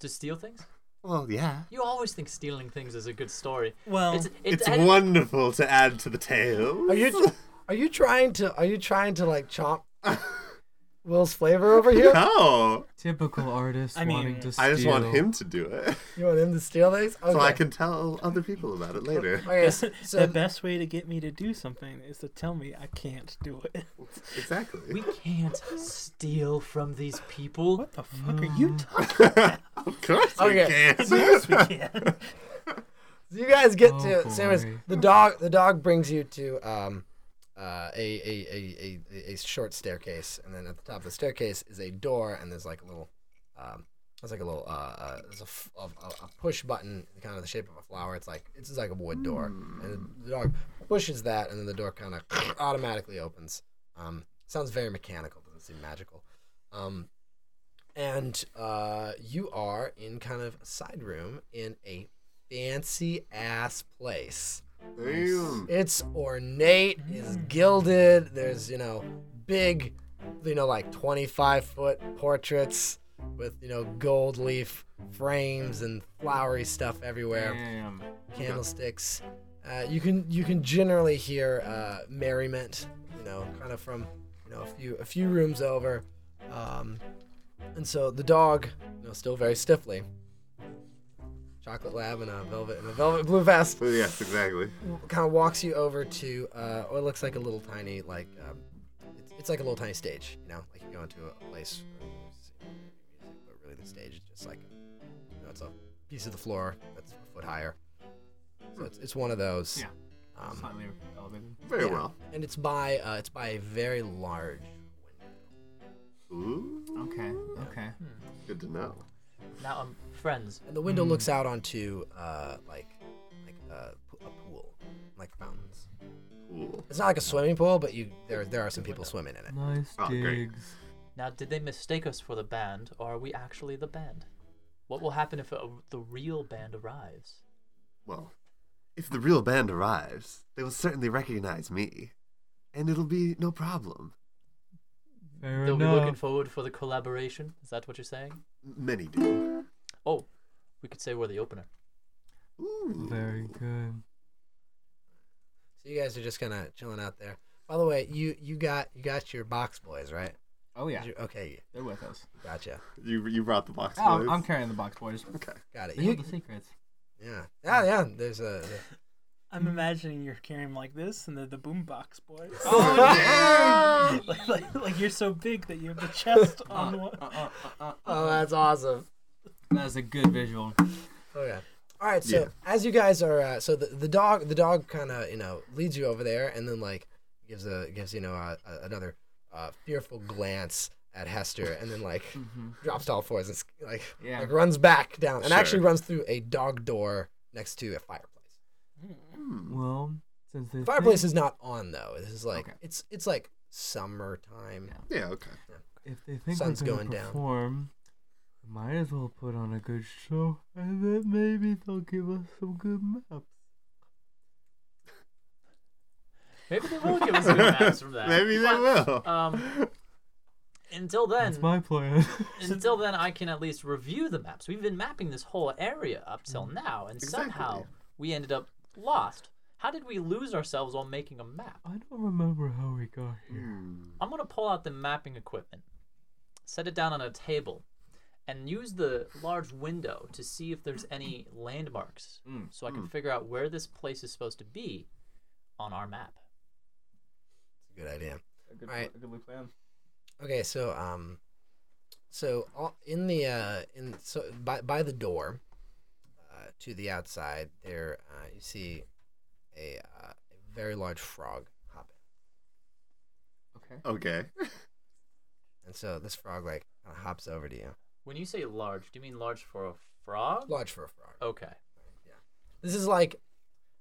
Speaker 6: To steal things?
Speaker 3: Well, yeah.
Speaker 6: You always think stealing things is a good story.
Speaker 2: Well,
Speaker 6: It's, it's,
Speaker 3: It's <laughs> wonderful to add to the tale.
Speaker 1: Are
Speaker 3: <laughs>
Speaker 1: you are you trying to are you trying to like chomp Will's flavor over here?
Speaker 3: No,
Speaker 7: Typical artist
Speaker 2: I mean,
Speaker 7: wanting to steal.
Speaker 3: I just want him to do it,
Speaker 1: You want him to steal these? Okay.
Speaker 3: so I can tell other people about
Speaker 1: <laughs>
Speaker 3: it later.
Speaker 1: Okay,
Speaker 2: <laughs>
Speaker 1: s-
Speaker 2: <laughs> the
Speaker 1: so
Speaker 2: best way to get me to do something is to tell me I can't do it. <laughs>
Speaker 3: Exactly.
Speaker 6: we can't steal from these people.
Speaker 2: What the fuck are
Speaker 7: Mm.
Speaker 2: you talking
Speaker 3: Of course
Speaker 1: Okay.
Speaker 3: we can. <laughs>
Speaker 2: Yes, we can.
Speaker 1: you guys get
Speaker 7: Oh,
Speaker 1: to. So anyways,
Speaker 7: boy.
Speaker 1: the dog the dog brings you to um uh, a, a, a, a a short staircase, and then at the top of the staircase is a door, and there's like a little um there's like a little uh, uh there's a, f- a, a- a push button kind of the shape of a flower. It's like it's just like a wood door, and the dog pushes that, and then the door kind of <coughs> automatically opens. Um, sounds very mechanical. Doesn't seem magical. Um, and uh, you are in kind of a side room in a fancy ass place.
Speaker 3: Damn.
Speaker 1: It's ornate, it's gilded, there's, you know, big, you know, like 25 foot portraits with, you know, gold leaf frames and flowery stuff everywhere
Speaker 7: Damn.
Speaker 1: candlesticks. Uh, you can you can generally hear uh, merriment, you know, kind of from you know a few a few rooms over, um, and so the dog, you know, still very stiffly, chocolate lab in a velvet in a velvet blue vest,
Speaker 3: Well, yes, exactly.
Speaker 1: kind of walks you over to uh, what looks like a little tiny like um, it's, it's like a little tiny stage you know like you go into a place where there's music but really the stage is just like you know, it's a piece of the floor that's a foot higher so it's, it's one of those
Speaker 7: Yeah.
Speaker 1: um,
Speaker 7: Slightly elevated.
Speaker 3: Very
Speaker 1: Yeah.
Speaker 3: well.
Speaker 1: and it's by uh, it's by a very large window
Speaker 3: Ooh,
Speaker 7: Okay. Okay.
Speaker 6: Hmm.
Speaker 3: good to know.
Speaker 6: Now, um, friends,
Speaker 1: and the window looks out onto uh, like like uh, p- a pool like fountains
Speaker 3: Cool.
Speaker 1: it's not like a swimming pool but you there there are some people swimming in it
Speaker 7: Nice
Speaker 3: Oh, great.
Speaker 7: digs.
Speaker 6: now did they mistake us for the band, or are we actually the band? What will happen if uh the real band arrives?
Speaker 3: Well, if the real band arrives, they will certainly recognize me, and it'll be no problem.
Speaker 7: Fair
Speaker 6: They'll be looking
Speaker 7: enough.
Speaker 6: forward for the collaboration. Is that what you're saying?
Speaker 3: Many do.
Speaker 6: Oh, we could say we're the opener.
Speaker 3: Ooh.
Speaker 7: Very good.
Speaker 1: So you guys are just kind of chilling out there. By the way, you you got you got your box boys right?
Speaker 7: Oh yeah,
Speaker 1: Did you- okay,
Speaker 7: they're with us.
Speaker 1: gotcha,
Speaker 3: You you brought the box.
Speaker 7: Oh,
Speaker 3: boys.
Speaker 7: I'm carrying the box boys.
Speaker 3: Okay.
Speaker 1: got it.
Speaker 7: They hold
Speaker 1: You,
Speaker 7: the secrets.
Speaker 1: yeah, yeah, yeah. There's a
Speaker 2: I'm imagining you're carrying him like this, and they're the boombox
Speaker 7: <laughs>
Speaker 2: boys.
Speaker 7: Oh.
Speaker 2: <laughs> like, like, like you're so big that you have the
Speaker 7: <laughs>
Speaker 2: chest on one.
Speaker 7: Uh, uh, uh, uh,
Speaker 1: oh, that's awesome.
Speaker 7: That's a good visual.
Speaker 1: Okay. oh, All right. So
Speaker 3: Yeah.
Speaker 1: as you guys are, uh, so the, the dog the dog kind of you know leads you over there, and then like gives a gives you know a, a, another uh, fearful glance at Hester, and then
Speaker 7: <laughs>
Speaker 1: like
Speaker 7: Mm-hmm.
Speaker 1: drops to all fours and s- like
Speaker 7: Yeah.
Speaker 1: like runs back down, and actually
Speaker 3: Sure.
Speaker 1: runs through a dog door next to a fireplace.
Speaker 3: Hmm.
Speaker 7: Well, since they
Speaker 1: The fireplace is not on though. This is like
Speaker 7: Okay.
Speaker 1: it's it's like summertime.
Speaker 7: Yeah.
Speaker 3: Yeah. Okay.
Speaker 7: think, if they think
Speaker 1: sun's
Speaker 7: we're gonna
Speaker 1: going down.
Speaker 7: perform, we might as well put on a good show, and then maybe they'll give us some good maps.
Speaker 6: Maybe they
Speaker 3: <laughs>
Speaker 6: will give us good maps from that.
Speaker 3: Maybe they
Speaker 6: But,
Speaker 3: will.
Speaker 6: Um, until then,
Speaker 7: That's my plan. <laughs>
Speaker 6: until then, I can at
Speaker 7: Mm-hmm.
Speaker 6: least review the maps. We've been mapping this whole area up till now, and somehow we ended up lost. How did we lose ourselves while making a map?
Speaker 7: I don't remember how we got here.
Speaker 6: I'm gonna pull out the mapping equipment, set it down on a table, and use the large window to see if there's
Speaker 7: <clears throat>
Speaker 6: any landmarks,
Speaker 7: Mm.
Speaker 6: so I can figure out where this place is supposed to be on our map.
Speaker 1: Good idea.
Speaker 7: A good,
Speaker 1: Alright.
Speaker 7: a good plan.
Speaker 1: Okay, so um, so all- in the uh, in so by by the door, uh, to the outside there, uh, you see a, uh, a very large frog hop in,
Speaker 7: Okay.
Speaker 3: Okay.
Speaker 1: and so this frog like kind of hops over to you,
Speaker 6: When you say large, do you mean large for a frog?
Speaker 1: large for a frog.
Speaker 6: Okay.
Speaker 1: This is like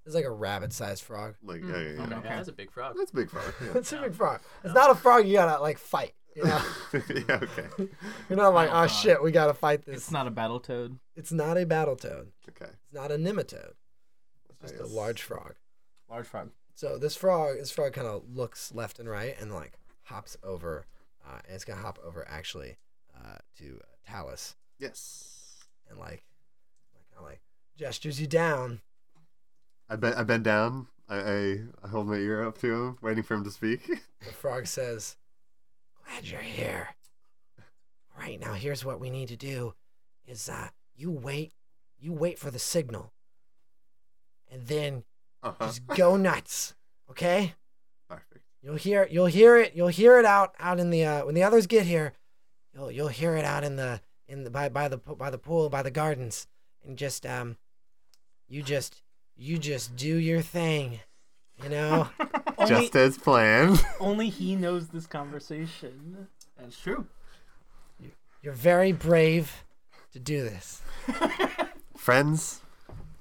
Speaker 1: this is like a rabbit-sized frog. <laughs>
Speaker 3: Like, yeah, yeah, yeah.
Speaker 6: Okay.
Speaker 7: Mm. Okay.
Speaker 6: Yeah, that's a big frog.
Speaker 3: That's big frog. Yeah.
Speaker 1: It's a big frog. It's not a frog you gotta like fight. <laughs> You know?
Speaker 3: <laughs> yeah, okay.
Speaker 1: You're not like,
Speaker 7: not a
Speaker 1: oh
Speaker 7: frog.
Speaker 1: shit, we gotta fight this.
Speaker 7: It's not a battle toad.
Speaker 1: It's not a battle toad.
Speaker 3: Okay.
Speaker 1: It's not a nematode. It's just a
Speaker 3: Nice.
Speaker 1: large frog.
Speaker 7: Large frog.
Speaker 1: So this frog, this frog kind of looks left and right and like hops over, uh, and it's gonna hop over actually uh, to uh, Talus
Speaker 3: Yes.
Speaker 1: and like, like kind of like gestures you down.
Speaker 3: I bend, I bend down. I, I, I hold my ear up to him, waiting for him to speak. <laughs>
Speaker 1: The frog says, "Glad you're here. All right, now here's what we need to do: is uh, you wait, you wait for the signal, and then
Speaker 3: Uh-huh.
Speaker 1: just go nuts, okay?"
Speaker 3: Perfect.
Speaker 1: You'll hear you'll hear it you'll hear it out out in the uh, when the others get here, you'll you'll hear it out in the in the by by the po- by the pool by the gardens and just um, you just you just do your thing, you know.
Speaker 3: <laughs>
Speaker 2: Only,
Speaker 3: Just as planned. <laughs>
Speaker 2: only he knows this conversation.
Speaker 7: That's true. <laughs>
Speaker 1: You're very brave to do this.
Speaker 3: Friends.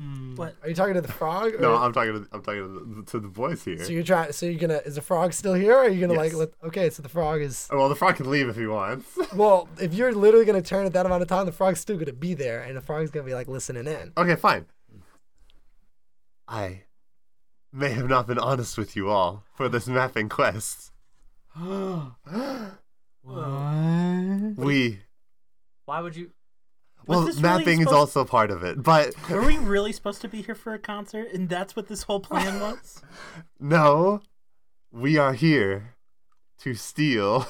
Speaker 7: Hmm.
Speaker 2: What?
Speaker 1: Are you talking to the frog?
Speaker 3: No,
Speaker 2: Uh,
Speaker 3: I'm talking to I'm talking to the, to the boys here.
Speaker 1: so you're trying. So you're gonna. Is the frog still here? Or are you gonna like?
Speaker 3: Yes.
Speaker 1: Let, okay, so the frog is.
Speaker 3: Oh, well, the frog can leave if he wants. <laughs>
Speaker 1: Well, if you're literally gonna turn at that amount of time, the frog's still gonna be there, and the frog's gonna be like listening in.
Speaker 3: Okay, fine. I may have not been honest with you all for this mapping
Speaker 2: <gasps>
Speaker 3: quest. <gasps>
Speaker 7: What?
Speaker 3: We
Speaker 6: Why would you?
Speaker 2: Was
Speaker 3: well,
Speaker 2: this really
Speaker 3: mapping is
Speaker 2: supposed-
Speaker 3: also part of it, but
Speaker 2: Were we really supposed to be here for a concert, and that's what this whole plan was?
Speaker 3: no, we are here to steal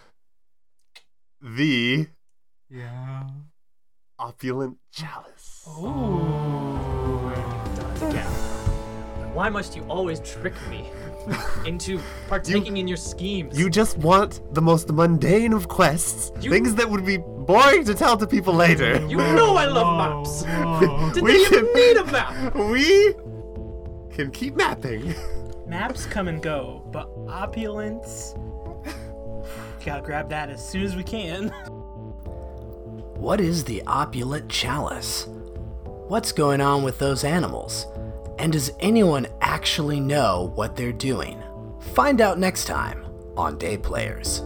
Speaker 3: <laughs> the
Speaker 7: Yeah.
Speaker 3: opulent chalice.
Speaker 6: Oh. Why must you always trick me into partaking in your schemes?
Speaker 3: You just want the most mundane of quests, things that would be boring to tell to people later.
Speaker 6: You know I love maps. Did
Speaker 3: We
Speaker 6: they even
Speaker 3: can-
Speaker 6: need a
Speaker 3: <laughs>
Speaker 6: map?
Speaker 3: we can keep mapping.
Speaker 2: Maps come and go, but opulence. <sighs> Gotta grab that as soon as we can.
Speaker 8: What is the opulent chalice? What's going on with those animals? And does anyone actually know what they're doing? Find out next time on Day Players.